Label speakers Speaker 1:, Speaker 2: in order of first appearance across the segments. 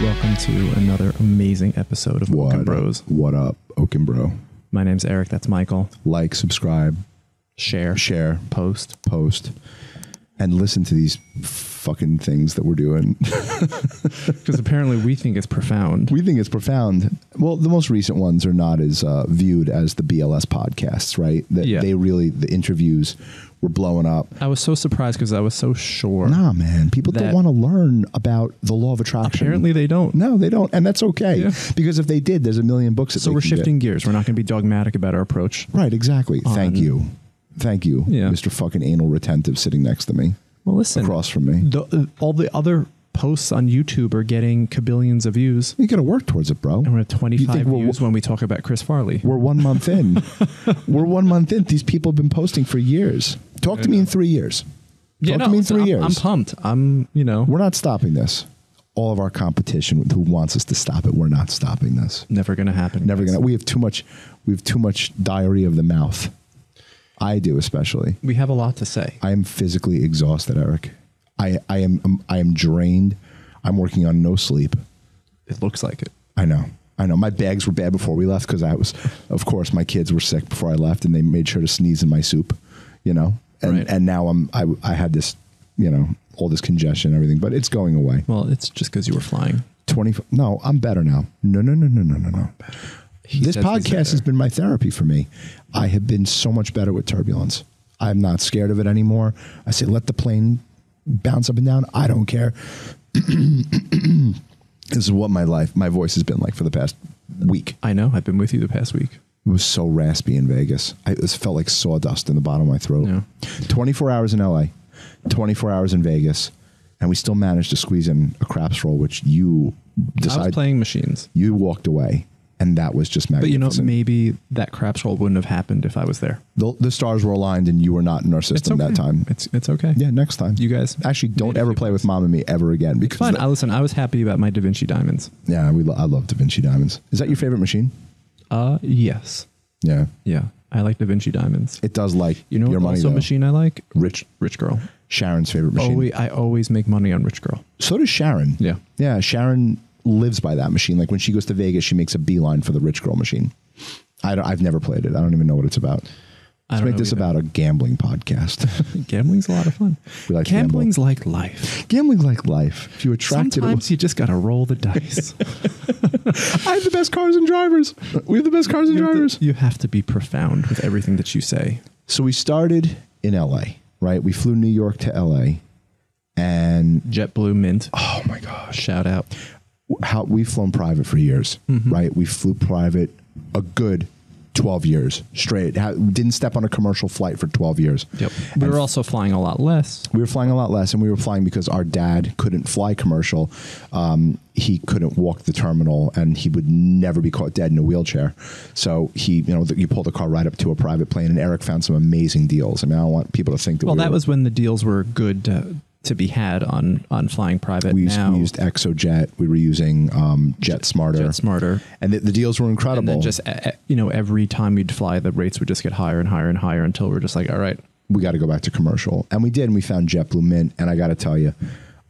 Speaker 1: Welcome to another amazing episode of
Speaker 2: What
Speaker 1: Broken Bros.
Speaker 2: Up? What up, Oaken Bro?
Speaker 1: My name's Eric. That's Michael.
Speaker 2: Like, subscribe,
Speaker 1: Share,
Speaker 2: share,
Speaker 1: post.
Speaker 2: post, and listen to these fucking things that we're doing.
Speaker 1: Because apparently we think it's profound.
Speaker 2: we think it's profound. Well, the most recent ones are not as uh, viewed as the BLS podcasts, right? That
Speaker 1: Yeah.
Speaker 2: they really the interviews were blowing up.
Speaker 1: I was so surprised because I was so sure.
Speaker 2: Nah, man, people don't
Speaker 1: That-
Speaker 2: want to learn about the law of attraction.
Speaker 1: Apparently they don't.
Speaker 2: no, they don't, and that's okay
Speaker 1: Yeah.
Speaker 2: because if they did, there's a million books. That
Speaker 1: So
Speaker 2: they
Speaker 1: we're
Speaker 2: can get.
Speaker 1: shifting gears. We're not going to be dogmatic about our approach.
Speaker 2: Right, exactly. Thank
Speaker 1: on-
Speaker 2: you. Thank you,
Speaker 1: Yeah.
Speaker 2: Mr. fucking anal retentive sitting next to me,
Speaker 1: Well, listen.
Speaker 2: across from me.
Speaker 1: The, uh, all the other posts on YouTube are getting kabillions of views.
Speaker 2: You got to work towards it, bro.
Speaker 1: And we're at 25
Speaker 2: we're-
Speaker 1: views when we talk about Chris Farley.
Speaker 2: We're one month in. we're one month in. These people have been posting for years. Talk to me in three years. Talk to me in
Speaker 1: so
Speaker 2: 3
Speaker 1: I'm,
Speaker 2: years.
Speaker 1: I'm pumped. I'm, you know,
Speaker 2: We're not stopping this. All of our competition who wants us to stop it, we're not stopping this.
Speaker 1: never going to happen.
Speaker 2: Never
Speaker 1: guys.
Speaker 2: gonna. We have too much. We have too much diarrhea of the mouth. I do especially.
Speaker 1: We have a lot to say.
Speaker 2: I am physically exhausted, Eric. I I am um, I am drained. I'm working on no sleep.
Speaker 1: It looks like it.
Speaker 2: I know. I know. My bags were bad before we left because I was, of course, my kids were sick before I left, and they made sure to sneeze in my soup, you know. And
Speaker 1: Right.
Speaker 2: and now I'm I I had this, you know, all this congestion and everything, but it's going away.
Speaker 1: Well, it's just because you were flying.
Speaker 2: Twenty. f- No, I'm better now. No, no, no, no, no, no, no.
Speaker 1: He
Speaker 2: this
Speaker 1: says he's
Speaker 2: podcast has
Speaker 1: better.
Speaker 2: been my therapy for me. I have been so much better with turbulence. I'm not scared of it anymore. I say, let the plane bounce up and down. I don't care. this is what my life, my voice has been like for the past week.
Speaker 1: I know. I've been with you the past week.
Speaker 2: It was so raspy in Vegas. I, it was- felt like sawdust in the bottom of my throat.
Speaker 1: Yeah.
Speaker 2: 24 hours in LA, 24 hours in Vegas, and we still managed to squeeze in a craps roll, which you
Speaker 1: I was
Speaker 2: decided
Speaker 1: playing machines.
Speaker 2: you walked away, and that was just
Speaker 1: But you know,
Speaker 2: magnificent.
Speaker 1: maybe that craps roll wouldn't have happened if I was there.
Speaker 2: the, the stars were aligned, and you were not in our
Speaker 1: It's
Speaker 2: system
Speaker 1: okay.
Speaker 2: that time.
Speaker 1: It's it's okay.
Speaker 2: Yeah, next time.
Speaker 1: You guys
Speaker 2: actually don't
Speaker 1: made a
Speaker 2: ever
Speaker 1: few
Speaker 2: play with mom and me ever again because
Speaker 1: Fine.
Speaker 2: the-
Speaker 1: I listen. I was happy about my Da Vinci diamonds.
Speaker 2: yeah, we lo- I love Da Vinci diamonds. Is that your favorite machine?
Speaker 1: Uh, yes.
Speaker 2: Yeah,
Speaker 1: Yeah, I like Da Vinci diamonds.
Speaker 2: it does like
Speaker 1: You know,
Speaker 2: your
Speaker 1: what
Speaker 2: money
Speaker 1: also
Speaker 2: though.
Speaker 1: machine Oh, I like
Speaker 2: Rich
Speaker 1: Rich Girl.
Speaker 2: Sharon's favorite machine.
Speaker 1: Always, I always make money on Rich Girl.
Speaker 2: So does Sharon.
Speaker 1: Yeah.
Speaker 2: Yeah. Sharon lives by that machine. Like when she goes to Vegas, she makes a beeline for the rich girl machine. I don't, I've never played it. I don't even know what it's about.
Speaker 1: I
Speaker 2: Let's
Speaker 1: don't
Speaker 2: make
Speaker 1: know
Speaker 2: this
Speaker 1: either.
Speaker 2: about a gambling podcast.
Speaker 1: Gambling's a lot of fun.
Speaker 2: We like to gamble.
Speaker 1: Gambling's like life.
Speaker 2: Gambling's like life. If you attract it, it, will-
Speaker 1: Sometimes you just gotta roll the dice.
Speaker 2: I have the best cars and drivers. We have the best cars and
Speaker 1: you, have
Speaker 2: drivers.
Speaker 1: to, you have to be profound with everything that you say.
Speaker 2: So we started in LA, right? We flew New York to LA, and
Speaker 1: JetBlue Mint.
Speaker 2: oh my gosh,
Speaker 1: Shout out.
Speaker 2: how we've flown private for years,
Speaker 1: Mm-hmm.
Speaker 2: right? We flew private a good 12 years straight. Ha- Didn't step on a commercial flight for 12 years.
Speaker 1: Yep. We were also flying a lot less.
Speaker 2: We were flying a lot less, and we were flying because our dad couldn't fly commercial. Um, he couldn't walk the terminal, and he would never be caught dead in a wheelchair. So he, you know, th- you pull the car right up to a private plane, and Eric found some amazing deals. I mean, I don't want people to think that
Speaker 1: Well,
Speaker 2: we
Speaker 1: that
Speaker 2: were-
Speaker 1: was when the deals were good to, to be had on on flying private.
Speaker 2: we used,
Speaker 1: now
Speaker 2: we used ExoJet. We were using um, Jet Smarter.
Speaker 1: Jet Smarter.
Speaker 2: and the, the deals were
Speaker 1: And
Speaker 2: incredible.
Speaker 1: then just eh, eh, you know, every time you'd fly, the rates would just get higher and higher and higher until we're just like, all right,
Speaker 2: we got to go back to commercial. And we did, and we found JetBlue Mint. And I got to tell you,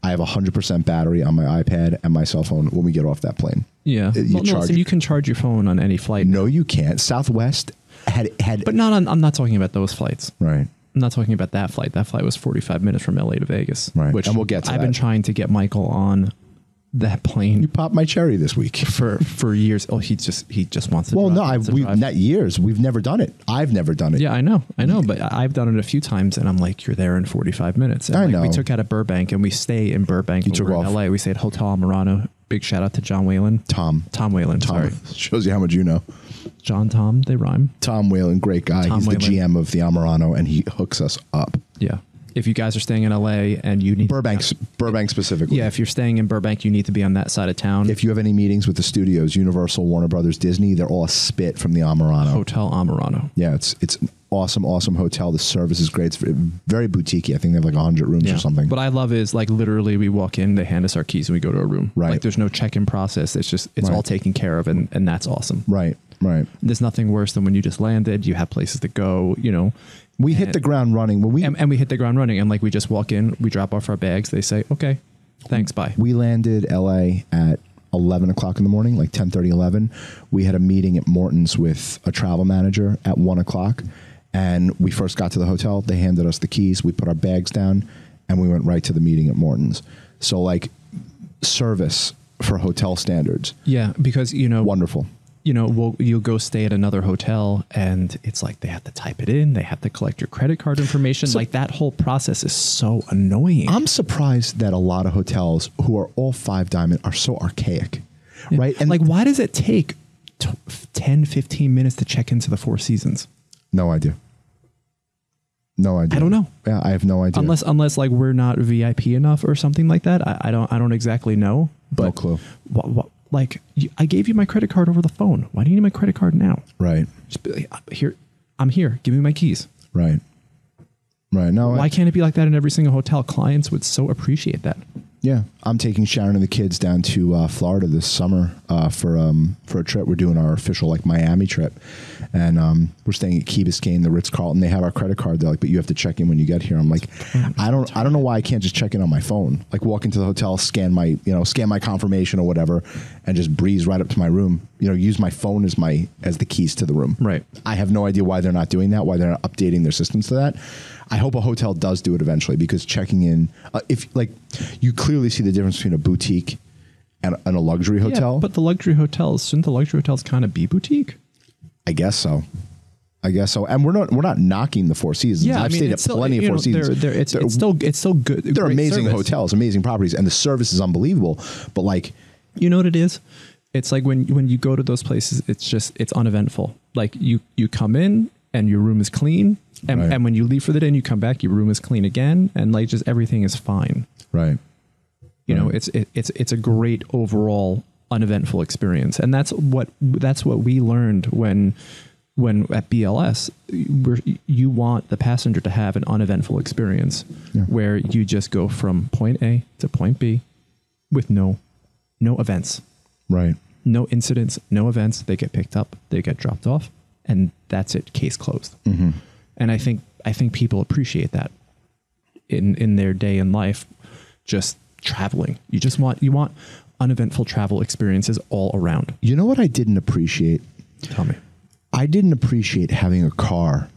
Speaker 2: I have 100% battery on my iPad and my cell phone when we get off that plane.
Speaker 1: yeah.
Speaker 2: Uh, You
Speaker 1: well, no,
Speaker 2: charge.
Speaker 1: listen, you can charge your phone on any flight,
Speaker 2: no, you can't. Southwest had had
Speaker 1: but not on. I'm not talking about those flights.
Speaker 2: right.
Speaker 1: I'm not talking about that flight. That flight was 45 minutes from LA to Vegas.
Speaker 2: Right.
Speaker 1: Which
Speaker 2: And we'll get to
Speaker 1: I've been
Speaker 2: that.
Speaker 1: trying to get Michael on that plane
Speaker 2: You popped my cherry this week.
Speaker 1: for for years. Oh, he just he just wants to.
Speaker 2: Well,
Speaker 1: drive,
Speaker 2: no,
Speaker 1: wants to
Speaker 2: I've we
Speaker 1: drive.
Speaker 2: not years. We've never done it. I've never done it.
Speaker 1: Yeah, I know, I know, but I- I've done it a few times, and I'm like, you're there in 45 minutes. And
Speaker 2: I
Speaker 1: like, We
Speaker 2: know.
Speaker 1: took out of Burbank, and we stay in Burbank. You
Speaker 2: took off.
Speaker 1: in LA. We stayed Hotel Murano. Big shout out to John Whalen.
Speaker 2: Tom.
Speaker 1: Tom Whalen.
Speaker 2: Tom
Speaker 1: Sorry,
Speaker 2: shows you how much you know.
Speaker 1: John Tom. They rhyme.
Speaker 2: Tom Whalen, great guy.
Speaker 1: Tom
Speaker 2: He's the
Speaker 1: Whalen.
Speaker 2: GM of the Amarano, and he hooks us up.
Speaker 1: Yeah. If you guys are staying in LA and you need
Speaker 2: Burbank, Burbank specifically.
Speaker 1: yeah, if you're staying in Burbank, you need to be on that side of town.
Speaker 2: If you have any meetings with the studios, Universal, Warner Brothers, Disney, they're all a spit from the Amarano.
Speaker 1: Hotel Amarano.
Speaker 2: Yeah, it's it's an awesome, awesome hotel. The service is great. It's very boutique. I think they have like hundred rooms or something.
Speaker 1: What I love is like literally we walk in, they hand us our keys and we go to a room.
Speaker 2: Right.
Speaker 1: Like there's no check-in process. It's just it's
Speaker 2: Right.
Speaker 1: all taken care of and, and that's awesome.
Speaker 2: right, right.
Speaker 1: There's nothing worse than when you just landed, you have places to go, you know.
Speaker 2: We hit the ground running when we
Speaker 1: And, and we hit the ground running and like we just walk in, we drop off our bags, they say, Okay, thanks, bye.
Speaker 2: we landed L.A. at 11 o'clock in the morning, like 10 11. We had a meeting at Morton's with a travel manager at 1 o'clock. And we first got to the hotel, they handed us the keys, we put our bags down, and we went right to the meeting at Morton's. So, like, service for hotel standards,
Speaker 1: Yeah, because you know,
Speaker 2: wonderful.
Speaker 1: you know, well, you'll go stay at another hotel, and it's like they have to type it in, they have to collect your credit card information. like that whole process is so annoying.
Speaker 2: I'm surprised that a lot of hotels who are all five diamond are so archaic, right?
Speaker 1: like, why does it take t- 10, 15 minutes to check into the Four Seasons?
Speaker 2: no idea. No idea.
Speaker 1: I don't know.
Speaker 2: Yeah, I have no idea.
Speaker 1: Unless, unless like we're not VIP enough or something like that. I, I don't, I don't exactly know. But
Speaker 2: no clue.
Speaker 1: Wha- wha- like, you, I gave you my credit card over the phone. Why do you need my credit card now?
Speaker 2: Right.
Speaker 1: Just be like, "I'm here, I'm here. Give me my keys.
Speaker 2: Right. Right. No. I-
Speaker 1: Why can't it be like that in every single hotel? Clients would so appreciate that.
Speaker 2: Yeah, I'm taking Sharon and the kids down to uh, Florida this summer uh, for um, for a trip. We're doing our official like Miami trip, and um, we're staying at Key Biscayne, the Ritz Carlton. They have our credit card. They're like, but you have to check in when you get here. I'm like, I don't I don't know why I can't just check in on my phone. Like walk into the hotel, scan my you know scan my confirmation or whatever, and just breeze right up to my room. You know, use my phone as my as the keys to the room.
Speaker 1: Right.
Speaker 2: I have no idea why they're not doing that, why they're not updating their systems to that. I hope a hotel does do it eventually because checking in, uh, if like you clearly see the difference between a boutique and, and a luxury hotel.
Speaker 1: Yeah, but the luxury hotels, shouldn't the luxury hotels kind of be boutique?
Speaker 2: I guess so. I guess so. And we're not we're not knocking the Four Seasons. I've stayed at
Speaker 1: it's still-
Speaker 2: plenty of
Speaker 1: you
Speaker 2: 4
Speaker 1: know,
Speaker 2: Seasons.
Speaker 1: They're, they're- it's,
Speaker 2: They're-
Speaker 1: it's still, it's still good.
Speaker 2: they're
Speaker 1: great
Speaker 2: amazing
Speaker 1: service.
Speaker 2: hotels, amazing properties, and the service is unbelievable. But like,
Speaker 1: You know what it is? It's like when when you go to those places, it's just it's uneventful. Like you you come in and your room is clean, and,
Speaker 2: Right.
Speaker 1: and when you leave for the day and you come back, your room is clean again, and like just everything is fine.
Speaker 2: right,
Speaker 1: you know
Speaker 2: Right.
Speaker 1: it's it, it's it's a great overall uneventful experience and that's what that's what we learned when when at BLS where you want the passenger to have an uneventful experience
Speaker 2: Yeah.
Speaker 1: where you just go from point A to point B with no no events
Speaker 2: right.
Speaker 1: no incidents no events they get picked up they get dropped off and that's it case closed
Speaker 2: Mm-hmm.
Speaker 1: and I think I think people appreciate that in in their day in life, just traveling. You just want you want uneventful travel experiences all around.
Speaker 2: You know what I didn't appreciate?
Speaker 1: Tell me,
Speaker 2: I didn't appreciate having a car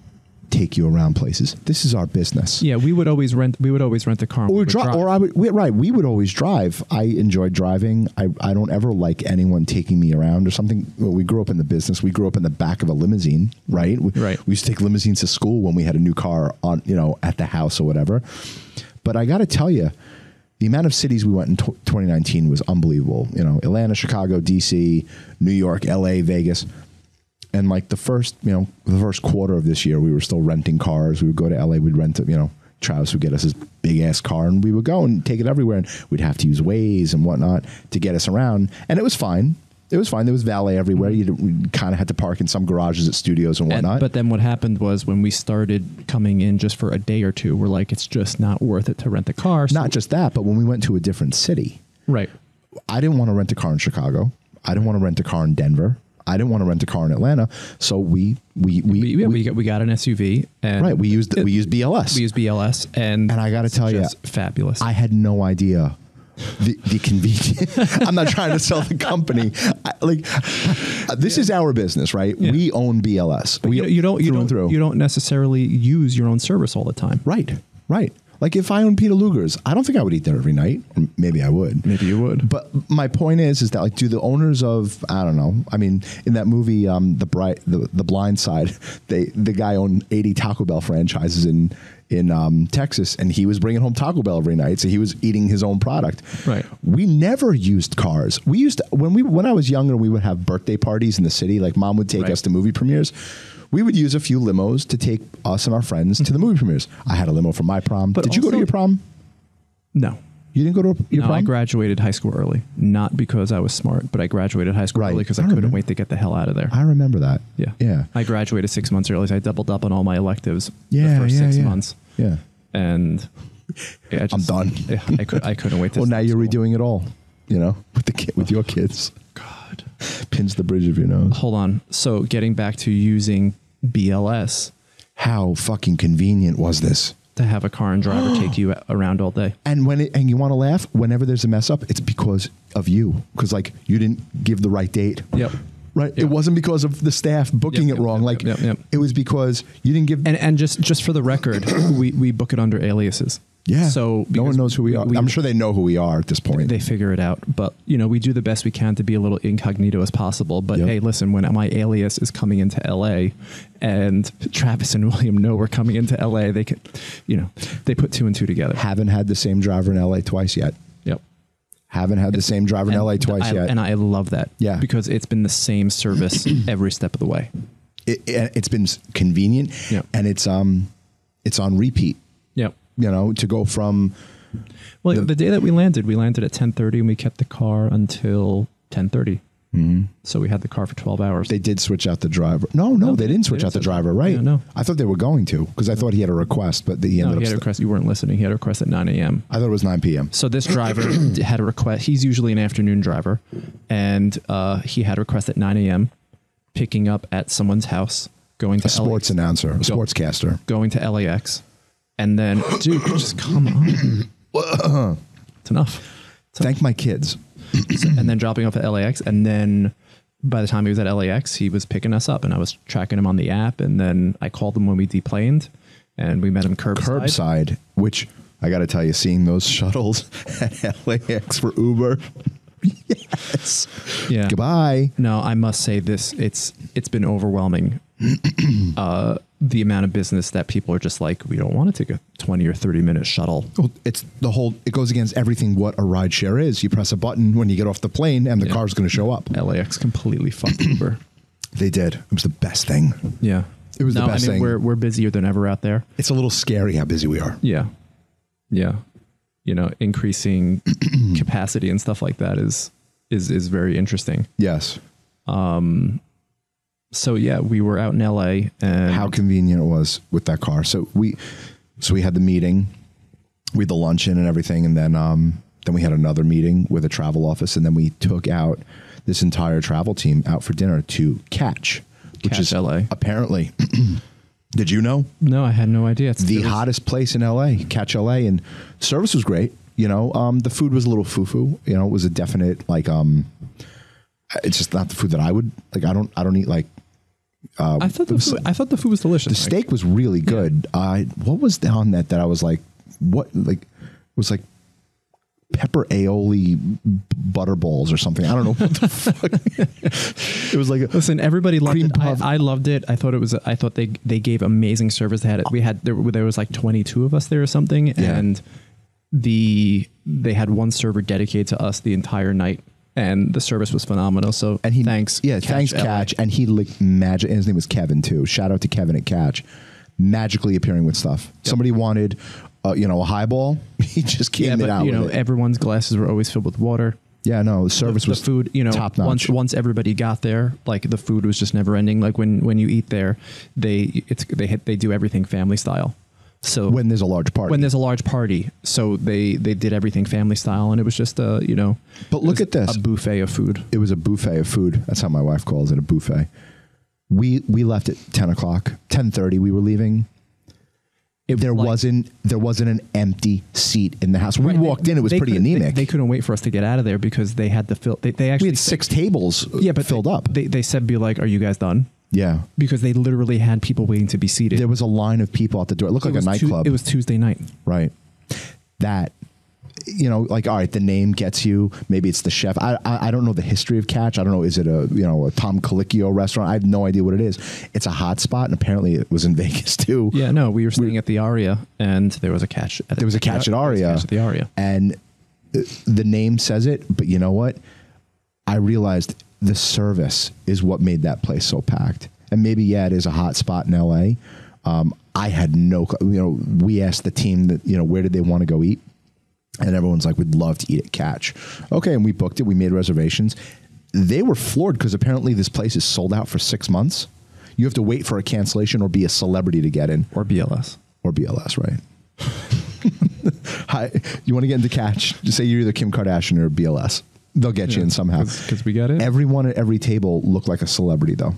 Speaker 2: take you around places. This is our business.
Speaker 1: yeah, we would always rent we would always rent the car. and
Speaker 2: Or,
Speaker 1: we
Speaker 2: we
Speaker 1: would
Speaker 2: dri-
Speaker 1: drive.
Speaker 2: or I would, we, right, we would always drive. I enjoy driving. I, I don't ever like anyone taking me around or something. Well, we grew up in the business. We grew up in the back of a limousine, right? We,
Speaker 1: Right.
Speaker 2: We used to take limousines to school when we had a new car on, you know, at the house or whatever. But I got to tell you, the amount of cities we went in tw 2019 was unbelievable. You know, Atlanta, Chicago, DC, New York, LA, Vegas and like the first you know the first quarter of this year we were still renting cars we would go to la we'd rent you know travis would get us his big ass car and we would go and take it everywhere and we'd have to use ways and whatnot to get us around and it was fine it was fine there was valet everywhere you kind of had to park in some garages at studios and
Speaker 1: Mm-hmm. And-
Speaker 2: whatnot
Speaker 1: but then what happened was when we started coming in just for a day or two, we're like, it's just not worth it to rent the car. So-
Speaker 2: not just that but when we went to a different city
Speaker 1: right.
Speaker 2: I didn't want to rent a car in Chicago. I didn't want to rent a car in Denver. I didn't want to rent a car in Atlanta. So we we we,
Speaker 1: We, yeah, we, got, we got an SUV and
Speaker 2: right we used we used BLS.
Speaker 1: we use BLS and
Speaker 2: And I gotta
Speaker 1: it's
Speaker 2: tell ya,
Speaker 1: just fabulous.
Speaker 2: I had no idea the, the convenience. I'm not trying to sell the company. I, like uh, this is our business, right?
Speaker 1: Yeah.
Speaker 2: We own BLS. we
Speaker 1: you, know, you don't you
Speaker 2: through
Speaker 1: don't
Speaker 2: and through.
Speaker 1: you don't necessarily use your own service all the time.
Speaker 2: right, right. Like if I owned Peter Luger's, I don't think I would eat there every night. Or Maybe I would.
Speaker 1: Maybe you would.
Speaker 2: But my point is, is that like, do the owners of I don't know? I mean, in that movie, um, the bright, the, the Blind Side, they the guy owned eighty Taco Bell franchises in in um, Texas, and he was bringing home Taco Bell every night, so he was eating his own product.
Speaker 1: Right.
Speaker 2: We never used cars. We used when we when I was younger, we would have birthday parties in the city. Like mom would take
Speaker 1: Right.
Speaker 2: us to movie premieres. We would use a few limos to take us and our friends to the movie premieres. I had a limo for my prom.
Speaker 1: But
Speaker 2: Did you go to
Speaker 1: also-
Speaker 2: your prom?
Speaker 1: No.
Speaker 2: You didn't go to your
Speaker 1: No,
Speaker 2: prom.
Speaker 1: I graduated high school early, not because I was smart, but I graduated high school
Speaker 2: Right.
Speaker 1: early because
Speaker 2: I
Speaker 1: I, couldn't
Speaker 2: remember.
Speaker 1: wait to get the hell out of there.
Speaker 2: I remember that.
Speaker 1: yeah,
Speaker 2: Yeah.
Speaker 1: I graduated six months early. So I doubled up on all my electives.
Speaker 2: Yeah,
Speaker 1: the first
Speaker 2: yeah,
Speaker 1: six
Speaker 2: yeah.
Speaker 1: months,
Speaker 2: Yeah.
Speaker 1: and yeah, I
Speaker 2: I'm
Speaker 1: just-
Speaker 2: done.
Speaker 1: Yeah, I could, I couldn't wait to. Oh,
Speaker 2: Well, now
Speaker 1: start
Speaker 2: you're
Speaker 1: school.
Speaker 2: redoing it all, you know, with the kid, with your kids.
Speaker 1: God.
Speaker 2: Pins the bridge of your nose.
Speaker 1: Hold on. So getting back to using BLS,
Speaker 2: How fucking convenient was this?
Speaker 1: to have a car and driver take you around all day.
Speaker 2: And when it, and you want to laugh, whenever there's a mess up, it's because of you. Because like you didn't give the right date.
Speaker 1: Yep.
Speaker 2: Right.
Speaker 1: Yeah.
Speaker 2: It wasn't because of the staff booking
Speaker 1: Yep,
Speaker 2: it
Speaker 1: yep,
Speaker 2: wrong.
Speaker 1: yep,
Speaker 2: like
Speaker 1: yep, yep.
Speaker 2: it was because you didn't give.
Speaker 1: And and just just for the record, we we book it under aliases.
Speaker 2: yeah.
Speaker 1: So
Speaker 2: no one
Speaker 1: because
Speaker 2: knows who we are.
Speaker 1: we-
Speaker 2: I'm sure they know who we are at this point.
Speaker 1: they figure it out. But you know, we do the best we can to be a little incognito as possible. But
Speaker 2: Yep.
Speaker 1: hey, listen, when my alias is coming into LA, and Travis and William know we're coming into LA, they could, you know, they put two and two together.
Speaker 2: haven't had the same driver in LA twice yet.
Speaker 1: Yep.
Speaker 2: Haven't had the same driver in
Speaker 1: And
Speaker 2: LA twice
Speaker 1: I-
Speaker 2: yet.
Speaker 1: and I love that.
Speaker 2: Yeah.
Speaker 1: because it's been the same service every step of the way.
Speaker 2: it, it, it's been s- convenient,
Speaker 1: Yeah.
Speaker 2: and it's um, it's on repeat.
Speaker 1: Yep.
Speaker 2: You know, to go from
Speaker 1: Well, the, day that we landed, we landed at ten thirty, and we kept the car until ten So we had the car for twelve hours.
Speaker 2: Mm-hmm. they did switch out the driver. No, no, they, didn't switch
Speaker 1: didn't
Speaker 2: out the
Speaker 1: switch-
Speaker 2: driver. Right?
Speaker 1: Yeah, no.
Speaker 2: I thought they were going to because I thought he had a request, but the, he
Speaker 1: no,
Speaker 2: ended
Speaker 1: he had
Speaker 2: up.
Speaker 1: a
Speaker 2: st-
Speaker 1: request. You weren't listening. He had a request at nine a.m.
Speaker 2: I thought it was nine p.m.
Speaker 1: So this driver had a request. He's usually an afternoon driver, and uh, he had a request at 9 a.m. picking up at someone's house, going to
Speaker 2: A sports
Speaker 1: LA,
Speaker 2: announcer, a sportscaster.
Speaker 1: going to LAX, and then dude, just come on.
Speaker 2: uh-huh.
Speaker 1: it's enough. It's
Speaker 2: Thank my kids.
Speaker 1: enough. and then dropping off at LAX, and then by the time he was at LAX, he was picking us up, and I was tracking him on the app, and then I called him when we deplaned, and we met him curbside.
Speaker 2: Curbside, which I got to tell you, seeing those shuttles at LAX for Uber. yes.
Speaker 1: Yeah.
Speaker 2: Goodbye.
Speaker 1: No, I must say this. It's it's been overwhelming. uh, the amount of business that people are just like, we don't want to take a twenty or thirty minute shuttle.
Speaker 2: Well, it's the whole. It goes against everything what a ride share is. You press a button when you get off the plane, and the
Speaker 1: Yeah.
Speaker 2: car's going to show up.
Speaker 1: LAX completely fucked Uber.
Speaker 2: They did. It was the best thing.
Speaker 1: Yeah,
Speaker 2: It was the
Speaker 1: no,
Speaker 2: best
Speaker 1: I mean,
Speaker 2: thing.
Speaker 1: We're we're busier than ever out there.
Speaker 2: It's a little scary how busy we are.
Speaker 1: Yeah, yeah. You know, increasing capacity and stuff like that is is is very interesting.
Speaker 2: Yes.
Speaker 1: So yeah, we were out in LA and
Speaker 2: How convenient it was with that car. So we, so we had the meeting, we had the luncheon and everything, and then um, then we had another meeting with a travel office, and then we took out this entire travel team out for dinner to catch, which
Speaker 1: Catch
Speaker 2: is
Speaker 1: LA.
Speaker 2: Apparently, did you know?
Speaker 1: no, I had no idea. It's
Speaker 2: the
Speaker 1: it was-
Speaker 2: hottest place in LA, Catch LA, and service was great. You know, um, the food was a little foo foo. You know, it was a definite like um, it's just not the food that I would like. I don't I don't eat like
Speaker 1: I thought the food, I thought the food was delicious.
Speaker 2: the
Speaker 1: Mike.
Speaker 2: steak was really good. I what was on that that I was like what like it was like pepper aioli b- butter balls or something. I don't know what the fuck. It was like a,
Speaker 1: Listen, everybody loved
Speaker 2: Cream
Speaker 1: it.
Speaker 2: puff.
Speaker 1: I, I loved it. I thought it was. I thought they they gave amazing service. They had we had there, were- there was like twenty two of us there or something, and the they had one server dedicated to us the entire night, and the service was phenomenal. So
Speaker 2: and he
Speaker 1: thanks
Speaker 2: yeah thanks
Speaker 1: LA.
Speaker 2: catch and he like magic and his name was kevin too shout out to kevin at catch magically appearing with stuff somebody wanted uh, you know a highball he just came
Speaker 1: Yeah,
Speaker 2: it
Speaker 1: but
Speaker 2: out
Speaker 1: you know
Speaker 2: with it.
Speaker 1: everyone's glasses were always filled with water.
Speaker 2: yeah no the service
Speaker 1: the
Speaker 2: was
Speaker 1: food, you know,
Speaker 2: top
Speaker 1: once
Speaker 2: notch
Speaker 1: once everybody got there, like the food was just never ending. Like when when you eat there, they it's they hit, they do everything family style. So
Speaker 2: when there's a large party
Speaker 1: when there's a large party. So they they did everything family style, and it was just a you know.
Speaker 2: But
Speaker 1: it
Speaker 2: look
Speaker 1: was
Speaker 2: at this.
Speaker 1: a buffet of food.
Speaker 2: it was a buffet of food that's how my wife calls it a buffet we we left at 10 o'clock 10.30 we were leaving
Speaker 1: It
Speaker 2: there
Speaker 1: like-
Speaker 2: wasn't there wasn't an empty seat in the house when
Speaker 1: Right,
Speaker 2: we walked
Speaker 1: they-
Speaker 2: in it was
Speaker 1: they
Speaker 2: pretty
Speaker 1: couldn't- they-
Speaker 2: anemic
Speaker 1: They, couldn't wait for us to get out of there because they had to fill. They, they
Speaker 2: we
Speaker 1: actually
Speaker 2: had six tables yeah, but filled
Speaker 1: they,
Speaker 2: up
Speaker 1: They they said be like, are you guys done?
Speaker 2: yeah
Speaker 1: Because they literally had people waiting to be seated.
Speaker 2: there was a line of people at the door it looked
Speaker 1: It
Speaker 2: like a
Speaker 1: was Tu-
Speaker 2: nightclub
Speaker 1: it was Tuesday night.
Speaker 2: Right. That, you know, like, all right, the name gets you. Maybe it's the chef. I, I, I don't know the history of Catch. I don't know. Is it a, you know, a Tom Colicchio restaurant? I have no idea what it is. It's a hot spot. And apparently it was in Vegas too.
Speaker 1: Yeah, no, we were staying at the Aria, and there was a catch. At
Speaker 2: There was a catch at
Speaker 1: There
Speaker 2: Aria.
Speaker 1: was a catch at the Aria.
Speaker 2: And uh, the name says it, but you know what? I realized the service is what made that place so packed. And maybe, yeah, it is a hot spot in LA. Um, I had no, cl- you know, we asked the team that, you know, where did they want to go eat? And everyone's like, we'd love to eat at Catch. Okay. And we booked it. We made reservations. They were floored because apparently this place is sold out for six months. You have to wait for a cancellation or be a celebrity to get in
Speaker 1: or BLS.
Speaker 2: or BLS, right? Hi, you want to get into catch? Just say you're either Kim Kardashian or BLS. They'll get you in somehow.
Speaker 1: because we got it.
Speaker 2: Everyone at every table looked like a celebrity, though.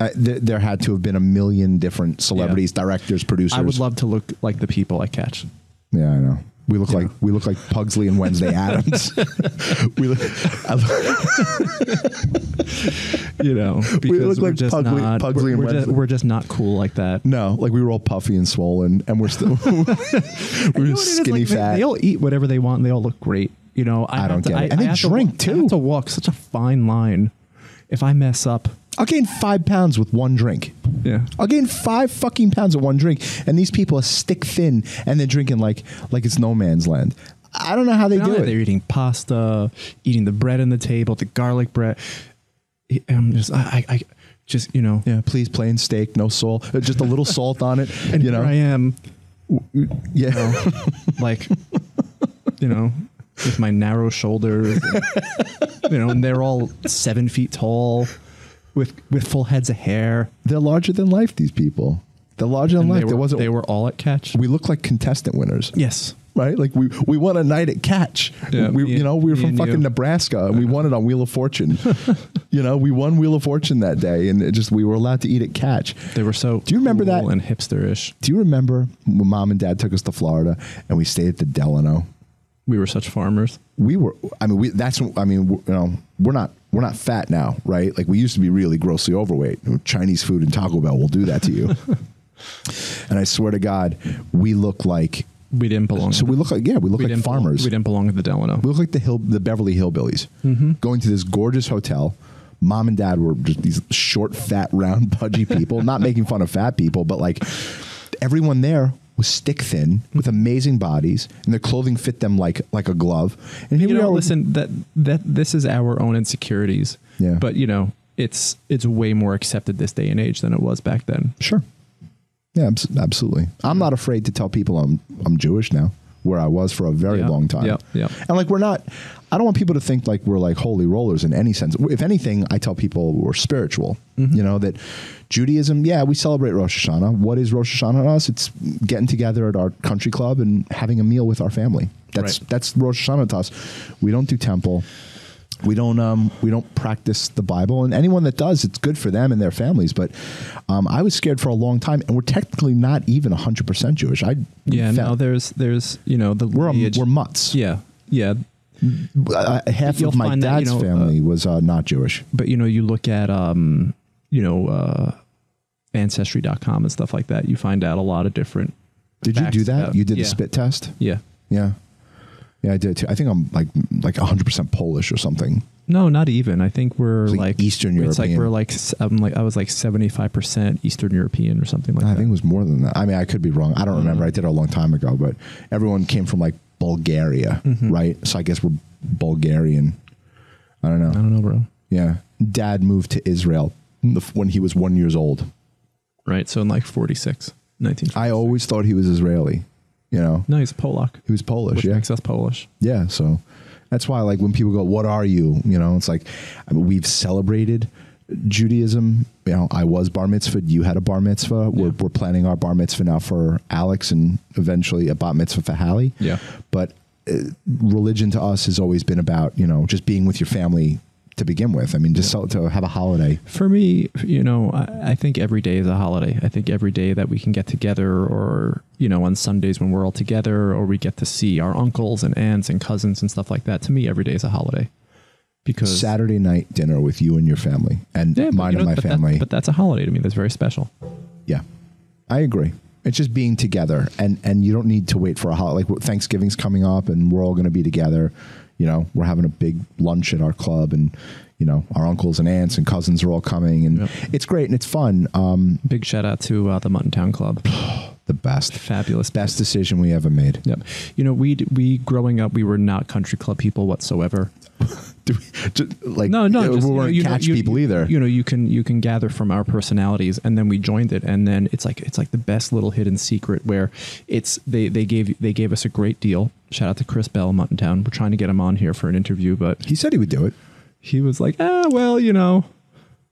Speaker 2: Uh, th- there had to have been a million different celebrities, directors, producers.
Speaker 1: I would love to look like the people I catch.
Speaker 2: Yeah, I know. We look like we look like Pugsley and Wednesday Adams. we look, I look-
Speaker 1: You know, because we
Speaker 2: look
Speaker 1: are
Speaker 2: like
Speaker 1: just
Speaker 2: Pugly-
Speaker 1: not,
Speaker 2: Pugsley
Speaker 1: we're,
Speaker 2: and
Speaker 1: we're, just,
Speaker 2: Wesley.
Speaker 1: we're just not cool like that.
Speaker 2: no, like we were all puffy and swollen, and we're still we're
Speaker 1: You know what it is?
Speaker 2: skinny
Speaker 1: Like, they-
Speaker 2: fat.
Speaker 1: They, all eat whatever they want. And they all look great. You know, I, have
Speaker 2: don't
Speaker 1: to,
Speaker 2: get it.
Speaker 1: I,
Speaker 2: And they
Speaker 1: I have to
Speaker 2: drink,
Speaker 1: walk- I have
Speaker 2: too.
Speaker 1: to walk such a fine line. If I mess up,
Speaker 2: I'll gain five pounds with one drink.
Speaker 1: yeah,
Speaker 2: I'll gain five fucking pounds of one drink, and these people are stick thin, and they're drinking like like it's no man's land. I don't know how they
Speaker 1: Not
Speaker 2: do
Speaker 1: only
Speaker 2: it.
Speaker 1: They're eating pasta, eating the bread on the table, the garlic bread. I- I'm just, I, I, I just, you know,
Speaker 2: Yeah, please plain steak, no salt, uh, just a little salt on it.
Speaker 1: and
Speaker 2: you know,
Speaker 1: here I am,
Speaker 2: yeah.
Speaker 1: like, you know, with my narrow shoulders, and, you know, and they're all seven feet tall, with with full heads of hair.
Speaker 2: They're larger than life. These people, they're larger than
Speaker 1: And
Speaker 2: life.
Speaker 1: they, were,
Speaker 2: there wasn't.
Speaker 1: they were all at catch.
Speaker 2: we look like contestant winners.
Speaker 1: yes,
Speaker 2: right? Like we we won a night at catch.
Speaker 1: Yeah,
Speaker 2: we,
Speaker 1: me-
Speaker 2: you know, we were
Speaker 1: me
Speaker 2: from
Speaker 1: and
Speaker 2: fucking
Speaker 1: you.
Speaker 2: Nebraska. and We won it on Wheel of Fortune. you know, we won Wheel of Fortune that day, and it just we were allowed to eat at catch.
Speaker 1: they were so.
Speaker 2: Do you remember
Speaker 1: cool
Speaker 2: that-
Speaker 1: and hipsterish?
Speaker 2: Do you remember when mom and dad took us to Florida and we stayed at the Delano?
Speaker 1: We were such farmers.
Speaker 2: We were, I mean, we that's I mean, we- you know, we're not we're not fat now, right? Like we used to be really grossly overweight. Chinese food and Taco Bell will do that to you. and I swear to God, we look like
Speaker 1: We didn't belong.
Speaker 2: so we look like yeah, we look
Speaker 1: we
Speaker 2: like
Speaker 1: didn't belong-
Speaker 2: farmers.
Speaker 1: we didn't belong at the Delano.
Speaker 2: we look like the hill, the Beverly Hillbillies,
Speaker 1: Mm-hmm.
Speaker 2: going to this gorgeous hotel. Mom and dad were just these short, fat, round, pudgy people. Not making fun of fat people, but like everyone there was stick thin
Speaker 1: Mm-hmm.
Speaker 2: with amazing bodies, and their clothing fit them like like a glove. And here
Speaker 1: you
Speaker 2: we
Speaker 1: know,
Speaker 2: are.
Speaker 1: listen that that this is our own insecurities.
Speaker 2: Yeah.
Speaker 1: But you know, it's it's way more accepted this day and age than it was back then.
Speaker 2: sure. Yeah, abs- absolutely. I'm not afraid to tell people I'm I'm Jewish now, where I was for a very
Speaker 1: Yeah,
Speaker 2: long time.
Speaker 1: yeah, yeah.
Speaker 2: And like we're not. I don't want people to think like we're like holy rollers in any sense. If anything, I tell people we're spiritual.
Speaker 1: Mm-hmm.
Speaker 2: You know that Judaism. Yeah, we celebrate Rosh Hashanah. What is Rosh Hashanah to us? It's getting together at our country club and having a meal with our family. That's
Speaker 1: Right.
Speaker 2: that's Rosh Hashanah to us. We don't do temple. We don't um we don't practice the Bible, and anyone that does, it's good for them and their families. But um, I was scared for a long time, and we're technically not even hundred percent Jewish. I
Speaker 1: Yeah.
Speaker 2: found-
Speaker 1: Now there's there's you know the
Speaker 2: we're a,
Speaker 1: lineage-
Speaker 2: we're mutts.
Speaker 1: yeah yeah.
Speaker 2: Uh, half
Speaker 1: You'll
Speaker 2: of my
Speaker 1: find that, you
Speaker 2: dad's
Speaker 1: know,
Speaker 2: family was uh, not Jewish.
Speaker 1: But you know you look at um you know uh ancestry.com and stuff like that. You find out a lot of different.
Speaker 2: Did you
Speaker 1: facts
Speaker 2: do that?
Speaker 1: about-
Speaker 2: you did
Speaker 1: yeah.
Speaker 2: the spit test.
Speaker 1: Yeah.
Speaker 2: Yeah, yeah, I did too. I think I'm like like hundred percent Polish or something.
Speaker 1: No, not even. I think we're
Speaker 2: It's
Speaker 1: like,
Speaker 2: like Eastern
Speaker 1: It's like
Speaker 2: European.
Speaker 1: we're like s- I'm like I was like 75 percent Eastern European or something like
Speaker 2: I
Speaker 1: that. Mm-hmm.
Speaker 2: think it was more than that. I mean, I could be wrong. I don't remember. I did it a long time ago, but everyone came from like Bulgaria,
Speaker 1: Mm-hmm.
Speaker 2: right? So I guess we're Bulgarian. I don't know.
Speaker 1: I don't know, bro.
Speaker 2: Yeah, Dad moved to Israel the f- when he was one years old.
Speaker 1: Right. So in like 46, 19.
Speaker 2: I always thought he was Israeli. You know,
Speaker 1: no, he's Polak.
Speaker 2: he was Polish.
Speaker 1: which
Speaker 2: Yeah,
Speaker 1: makes us Polish.
Speaker 2: Yeah, so that's why like when people go, "What are you?" You know, it's like I mean, we've celebrated Judaism. You know, I was bar mitzvah. You had a bar mitzvah. We're,
Speaker 1: Yeah.
Speaker 2: we're planning our bar mitzvah now for Alex, and eventually a bat mitzvah for Hallie.
Speaker 1: Yeah.
Speaker 2: but uh, religion to us has always been about you know just being with your family to begin with. I mean, just cel- to have a holiday.
Speaker 1: For me, you know, I, I think every day is a holiday. I think every day that we can get together, or you know, on Sundays when we're all together, or we get to see our uncles and aunts and cousins and stuff like that. To me, every day is a holiday because
Speaker 2: Saturday night dinner with you and your family, and
Speaker 1: Yeah, but
Speaker 2: mine
Speaker 1: you know,
Speaker 2: and my
Speaker 1: but that-
Speaker 2: family.
Speaker 1: but that's a holiday to me. That's very special.
Speaker 2: Yeah, I agree. It's just being together, and and you don't need to wait for a holiday. Like Thanksgiving's coming up, and we're all going to be together. You know, we're having a big lunch at our club, and you know, our uncles and aunts and cousins are all coming, and
Speaker 1: Yep.
Speaker 2: it's great and it's fun. Um,
Speaker 1: Big shout out to uh, the Mutton Town Club.
Speaker 2: the best,
Speaker 1: Fabulous.
Speaker 2: best decision we ever made.
Speaker 1: Yep. You know, we d- we growing up, we were not country club people whatsoever.
Speaker 2: Do we, just, like
Speaker 1: no, no, just,
Speaker 2: uh, we
Speaker 1: you know,
Speaker 2: weren't
Speaker 1: you know,
Speaker 2: catch
Speaker 1: you-
Speaker 2: people
Speaker 1: you-
Speaker 2: either.
Speaker 1: You know, you can you can gather from our personalities, and then we joined it, and then it's like it's like the best little hidden secret where it's they they gave they gave us a great deal. Shout out to Chris Bell, Mutton Town. We're trying to get him on here for an interview, but
Speaker 2: he said he would do it.
Speaker 1: he was like, ah, well, you know,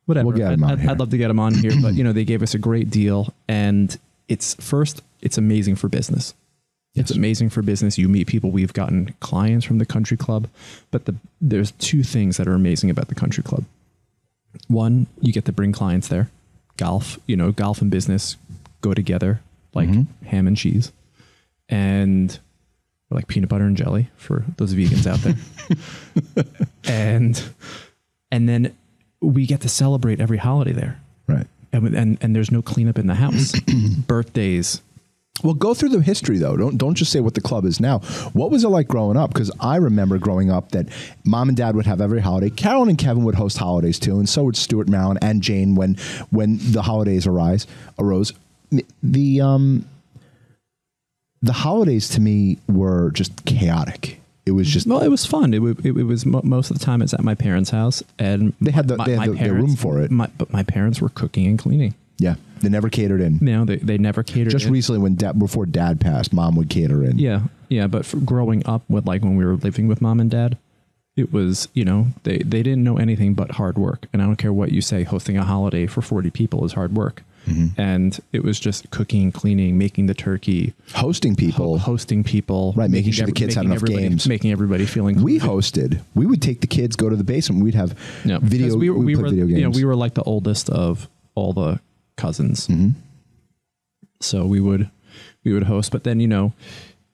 Speaker 1: whatever.
Speaker 2: We'll get him
Speaker 1: I'd,
Speaker 2: on
Speaker 1: I'd-
Speaker 2: here.
Speaker 1: I'd love to get him on here, but you know, they gave us a great deal, and it's first, it's amazing for business. It's
Speaker 2: Yes.
Speaker 1: amazing for business. You meet people. We've gotten clients from the country club, but the, there's two things that are amazing about the country club. One, you get to bring clients there. golf. You know, golf and business go together like ham and cheese, and or like peanut butter and jelly for those vegans out there. and and then we get to celebrate every holiday there,
Speaker 2: Right.
Speaker 1: and with- and, and there's no cleanup in the house. Birthdays,
Speaker 2: Well, go through the history though. Don't don't just say what the club is now. What was it like growing up? Because I remember growing up that mom and dad would have every holiday. Carolyn and Kevin would host holidays too, and so would Stuart, Marilyn, and Jane when when the holidays arise arose. The um the holidays to me were just chaotic. It was just
Speaker 1: Well, it was fun. It, wa- it, it was mo- most of the time it's at my parents' house, and
Speaker 2: They had the- they had the- their room for it.
Speaker 1: My, but my parents were cooking and cleaning.
Speaker 2: yeah. They never catered in.
Speaker 1: You know, they, they never catered.
Speaker 2: Just
Speaker 1: in.
Speaker 2: recently, when dad before dad passed, mom would cater in.
Speaker 1: yeah, yeah. But for growing up with like when we were living with mom and dad, it was you know they they didn't know anything but hard work. And I don't care what you say, hosting a holiday for forty people is hard work.
Speaker 2: Mm-hmm.
Speaker 1: And it was just cooking, cleaning, making the turkey,
Speaker 2: hosting people.
Speaker 1: hosting people,
Speaker 2: Right, making sure the
Speaker 1: ev-
Speaker 2: kids had
Speaker 1: making
Speaker 2: enough
Speaker 1: everybody-
Speaker 2: games.
Speaker 1: making everybody feeling
Speaker 2: we hosted. We would take the kids, go to the basement. We'd have
Speaker 1: No,
Speaker 2: video.
Speaker 1: because
Speaker 2: We,
Speaker 1: were-
Speaker 2: would play
Speaker 1: were,
Speaker 2: video games.
Speaker 1: You know, we were like the oldest of all the cousins,
Speaker 2: Mm-hmm.
Speaker 1: so we would we would host. But then you know,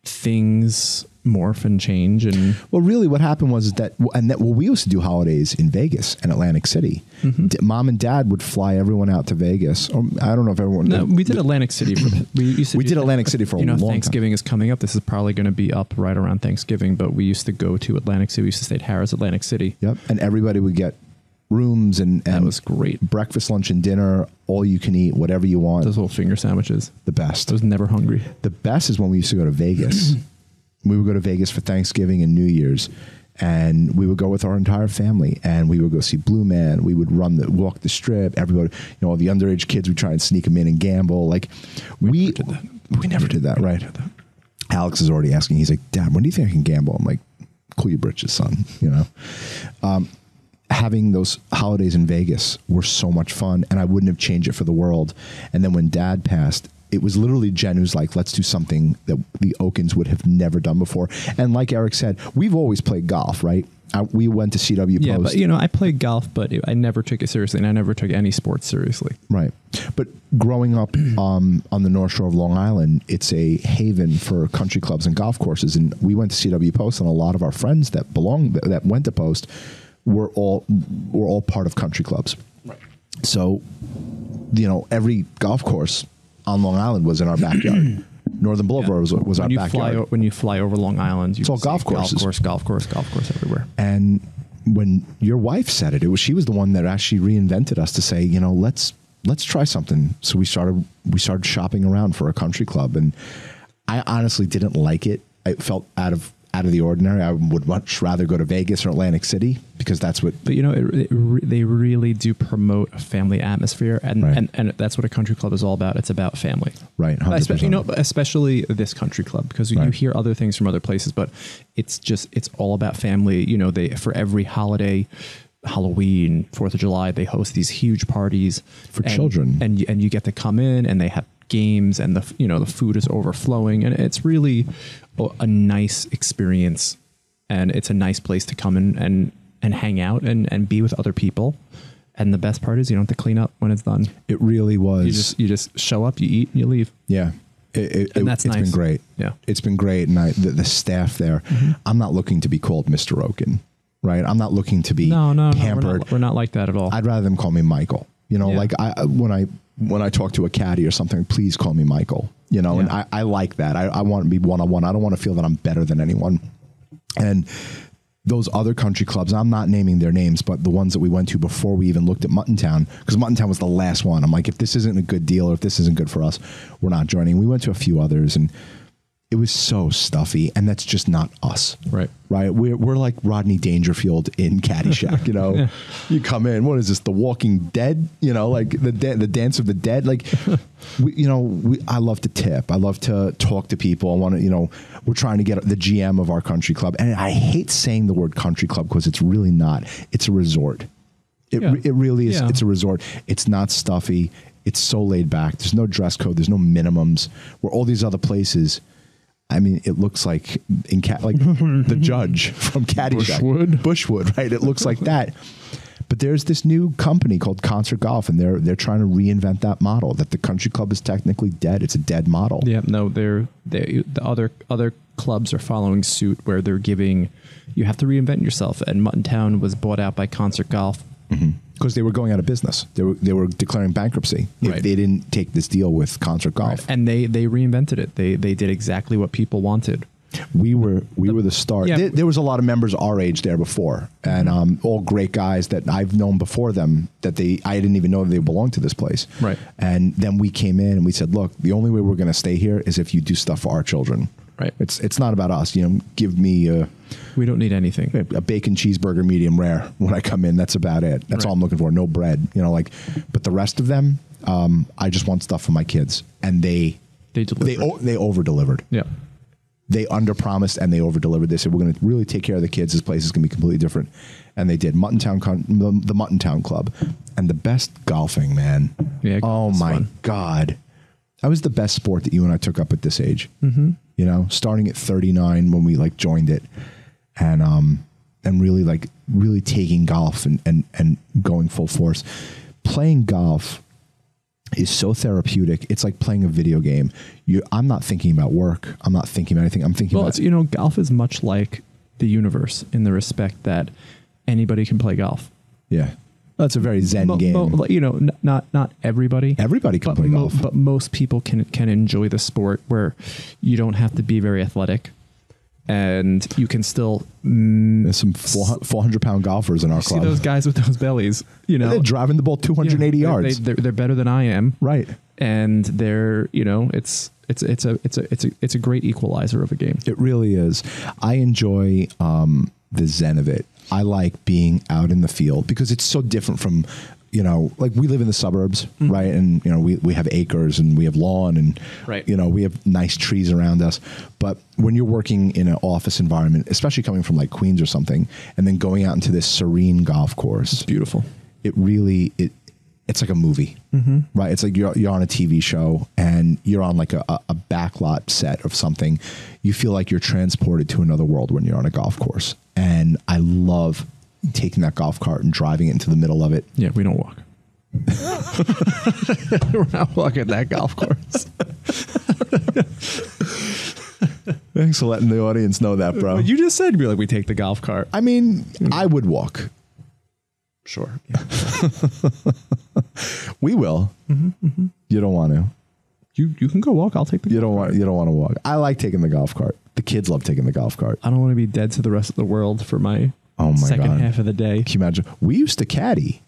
Speaker 1: things morph and change, and
Speaker 2: Well, really, what happened was is that, and that, well, we used to do holidays in Vegas and Atlantic City.
Speaker 1: Mm-hmm.
Speaker 2: D- Mom and Dad would fly everyone out to Vegas. Or, I don't know if everyone.
Speaker 1: no, we did Atlantic City. For, we used to
Speaker 2: We
Speaker 1: do-
Speaker 2: did Atlantic City for a
Speaker 1: you know,
Speaker 2: long time.
Speaker 1: Thanksgiving is coming up. This is probably going to be up right around Thanksgiving. But we used to go to Atlantic City. We used to stay at Harris Atlantic City.
Speaker 2: Yep, and everybody would get rooms and
Speaker 1: That
Speaker 2: and
Speaker 1: was great.
Speaker 2: breakfast, lunch, and dinner. All you can eat, whatever you want.
Speaker 1: Those little finger sandwiches.
Speaker 2: the best.
Speaker 1: I was never hungry.
Speaker 2: The best is when we used to go to Vegas. we would go to Vegas for Thanksgiving and New Year's, and we would go with our entire family, and we would go see Blue Man. We would run the walk the strip. Everybody, you know, all the underage kids, we try and sneak them in and gamble. Like we, we never did that, right? Alex is already asking. He's like, "Dad, when do you think I can gamble?" I'm like, "Cool your britches, son." You know Um, having those holidays in Vegas were so much fun, and I wouldn't have changed it for the world. And then when Dad passed, it was literally Jen who's like, "Let's do something that the Okins would have never done before." And like Eric said, we've always played golf, right? I, we went to CW
Speaker 1: Yeah,
Speaker 2: Post,
Speaker 1: but you know, I played golf, but it, I never took it seriously, and I never took any sports seriously.
Speaker 2: right? But growing up um, on the North Shore of Long Island, it's a haven for country clubs and golf courses. And we went to CW Post, and a lot of our friends that belong that went to Post were all were all part of country clubs. Right. So you know, every golf course on Long Island was in our backyard. Northern Boulevard was, was our
Speaker 1: when you
Speaker 2: backyard.
Speaker 1: fly o- when you fly over Long Island, you
Speaker 2: It's all
Speaker 1: see
Speaker 2: golf
Speaker 1: golf
Speaker 2: courses.
Speaker 1: course, golf course, golf course everywhere.
Speaker 2: and when your wife said it, it was she was the one that actually reinvented us to say, you know, let's let's try something. So we started we started shopping around for a country club, and I honestly didn't like it. It felt out of out of the ordinary. I would much rather go to Vegas or Atlantic City because that's what
Speaker 1: But you know, it, it re- they really do promote a family atmosphere, and,
Speaker 2: Right.
Speaker 1: and and that's what a country club is all about. It's about family,
Speaker 2: Right, 100%.
Speaker 1: Espe- you know, especially this country club because you
Speaker 2: Right.
Speaker 1: hear other things from other places, but it's just it's all about family. You know, they for every holiday. Halloween, Fourth of July, they host these huge parties
Speaker 2: For
Speaker 1: and-
Speaker 2: children.
Speaker 1: and you- and you get to come in, and they have games, and the f- you know the food is overflowing, and it's really a- a nice experience and it's a nice place to come and and and hang out and and be with other people. And the best part is you don't have to clean up when it's done.
Speaker 2: it really was.
Speaker 1: You just you just show up, you eat, and you leave.
Speaker 2: Yeah. It, it,
Speaker 1: And
Speaker 2: it-
Speaker 1: that's
Speaker 2: it's
Speaker 1: nice. Mm-hmm.
Speaker 2: been great.
Speaker 1: Yeah.
Speaker 2: It's been great. And I, the, the staff there, I'm not looking to be called Mr. Oken, right? I'm not looking to be
Speaker 1: No, no, no we're,
Speaker 2: pampered.
Speaker 1: not, we're not like that at all.
Speaker 2: I'd rather them call me Michael. You know,
Speaker 1: Yeah.
Speaker 2: like I when I when I talk to a caddy or something, please call me Michael. You know, and
Speaker 1: Yeah.
Speaker 2: I, I like that. I, I want to be one on one. I don't want to feel that I'm better than anyone. And those other country clubs, I'm not naming their names, but the ones that we went to before we even looked at Muttontown, because Muttontown was the last one. I'm like, if this isn't a good deal or if this isn't good for us, we're not joining. We went to a few others and it was so stuffy, and that's just not us
Speaker 1: right.
Speaker 2: right? We're, we're like Rodney Dangerfield in Caddyshack, you know? You come in, what is this, The Walking Dead? You know, like the da- the Dance of the Dead? Like, we, you know, we, I love to tip. I love to talk to people. I want to, you know, we're trying to get the GM of our country club. And I hate saying the word country club because it's really not. It's a resort. It,
Speaker 1: Yeah.
Speaker 2: it really is.
Speaker 1: Yeah.
Speaker 2: It's a resort. It's not stuffy. It's so laid back. There's no dress code. There's no minimums. Where all these other places, I mean, it looks like in cat like the judge from Caddyshack,
Speaker 1: Bushwood?
Speaker 2: Bushwood, right? It looks like that. But there's this new company called Concert Golf, and they're they're trying to reinvent that model. That the country club is technically dead; it's a dead model.
Speaker 1: Yeah, no, they're they the other other clubs are following suit where they're giving you have to reinvent yourself. And Mutton Town was bought out by Concert Golf.
Speaker 2: because they were going out of business. They were they were declaring bankruptcy if
Speaker 1: Right.
Speaker 2: they didn't take this deal with Concert Golf.
Speaker 1: And they they reinvented it. They they did exactly what people wanted.
Speaker 2: We were we were the start.
Speaker 1: Yeah. Mm-hmm.
Speaker 2: There, there was a lot of members our age there before, and um, all great guys that I've known before them that they I didn't even know they belonged to this place.
Speaker 1: Right.
Speaker 2: And then we came in and we said, look, the only way we're going to stay here is if you do stuff for our children.
Speaker 1: Right.
Speaker 2: It's it's not about us. You know, give me a,
Speaker 1: We don't need anything.
Speaker 2: a bacon cheeseburger medium rare when I come in. That's about it. That's
Speaker 1: Right.
Speaker 2: all I'm looking for. No bread. You know, like, but the rest of them, um, I just want stuff for my kids, and they
Speaker 1: They
Speaker 2: they
Speaker 1: delivered.
Speaker 2: o- they over delivered
Speaker 1: yeah.
Speaker 2: they underpromised and they overdelivered. They said we're going to really take care of the kids. This place is going to be completely different, and they did. Mutton Town, Con- the, the Mutton Town Club, and the best golfing man.
Speaker 1: Yeah,
Speaker 2: oh
Speaker 1: golf is
Speaker 2: my
Speaker 1: fun.
Speaker 2: god, that was the best sport that you and I took up at this age. Mm-hmm. You know, starting at thirty nine when we like joined it, and um and really like really taking golf and and and going full force. Playing golf is so therapeutic. It's like playing a video game. You, I'm not thinking about work. I'm not thinking about anything. I'm thinking
Speaker 1: Well,
Speaker 2: about
Speaker 1: it's, you know, golf is much like the universe in the respect that anybody can play golf.
Speaker 2: yeah. That's a very zen
Speaker 1: Mo-
Speaker 2: game.
Speaker 1: mo- like, you know, n- not not everybody.
Speaker 2: Everybody can
Speaker 1: but
Speaker 2: play
Speaker 1: mo-
Speaker 2: golf.
Speaker 1: but most people can can enjoy the sport where you don't have to be very athletic, and you can still mm,
Speaker 2: There's some 400, 400 pound golfers in our
Speaker 1: see
Speaker 2: club.
Speaker 1: those guys with those bellies. You know,
Speaker 2: They're driving the ball 280
Speaker 1: Yeah,
Speaker 2: yards.
Speaker 1: They, are they're better than I am,
Speaker 2: right.
Speaker 1: and they're you know, it's it's it's a it's a it's a it's a great equalizer of a game.
Speaker 2: It really is. I enjoy um, the zen of it. I like being out in the field because it's so different from, you know, like we live in the suburbs, right? And, you know, we, we have acres and we have lawn and,
Speaker 1: Right.
Speaker 2: you know, we have nice trees around us. But when you're working in an office environment, especially coming from like Queens or something, and then going out into this serene golf course,
Speaker 1: Beautiful.
Speaker 2: it really it it's like a movie right it's like you're, you're on a tv show and you're on like a, a- a backlot set of something you feel like you're transported to another world when you're on a golf course and i love taking that golf cart and driving it into the middle of it
Speaker 1: Yeah, we don't walk. We're not walking that golf course.
Speaker 2: thanks for letting the audience know that bro
Speaker 1: You just said we like we take the golf cart.
Speaker 2: i mean i would walk
Speaker 1: Sure.
Speaker 2: we will Mm-hmm, you don't want to
Speaker 1: You you can go walk. I'll take the.
Speaker 2: you don't want you don't want to walk i like taking the golf cart the kids love taking the golf cart
Speaker 1: I don't want to be dead to the rest of the world for my
Speaker 2: Oh my
Speaker 1: second
Speaker 2: God.
Speaker 1: half of the day.
Speaker 2: can you imagine we used to caddy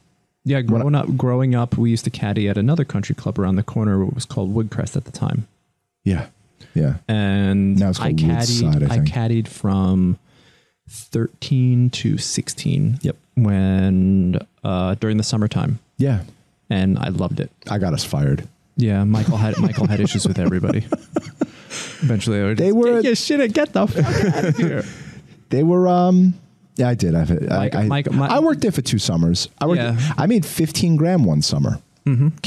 Speaker 1: Yeah, growing up, growing up, we used to caddy at another country club around the corner. What was called Woodcrest at the time,
Speaker 2: yeah yeah
Speaker 1: and
Speaker 2: Now it's
Speaker 1: I
Speaker 2: called
Speaker 1: caddied.
Speaker 2: Woodside, I
Speaker 1: I,
Speaker 2: think.
Speaker 1: caddied from thirteen to sixteen.
Speaker 2: Yep.
Speaker 1: When uh, during the summertime,
Speaker 2: yeah
Speaker 1: and I loved it.
Speaker 2: i got us fired
Speaker 1: Yeah, Michael had Michael had issues with everybody. Eventually, they were.
Speaker 2: They
Speaker 1: just,
Speaker 2: were-
Speaker 1: "Get your shit and get the fuck out of here.
Speaker 2: They were um yeah, I did. I've, I,
Speaker 1: Mike-
Speaker 2: I,
Speaker 1: Mike- Mike-
Speaker 2: I worked there for two summers. I worked.
Speaker 1: Yeah. Mm-hmm.
Speaker 2: I made fifteen grand one summer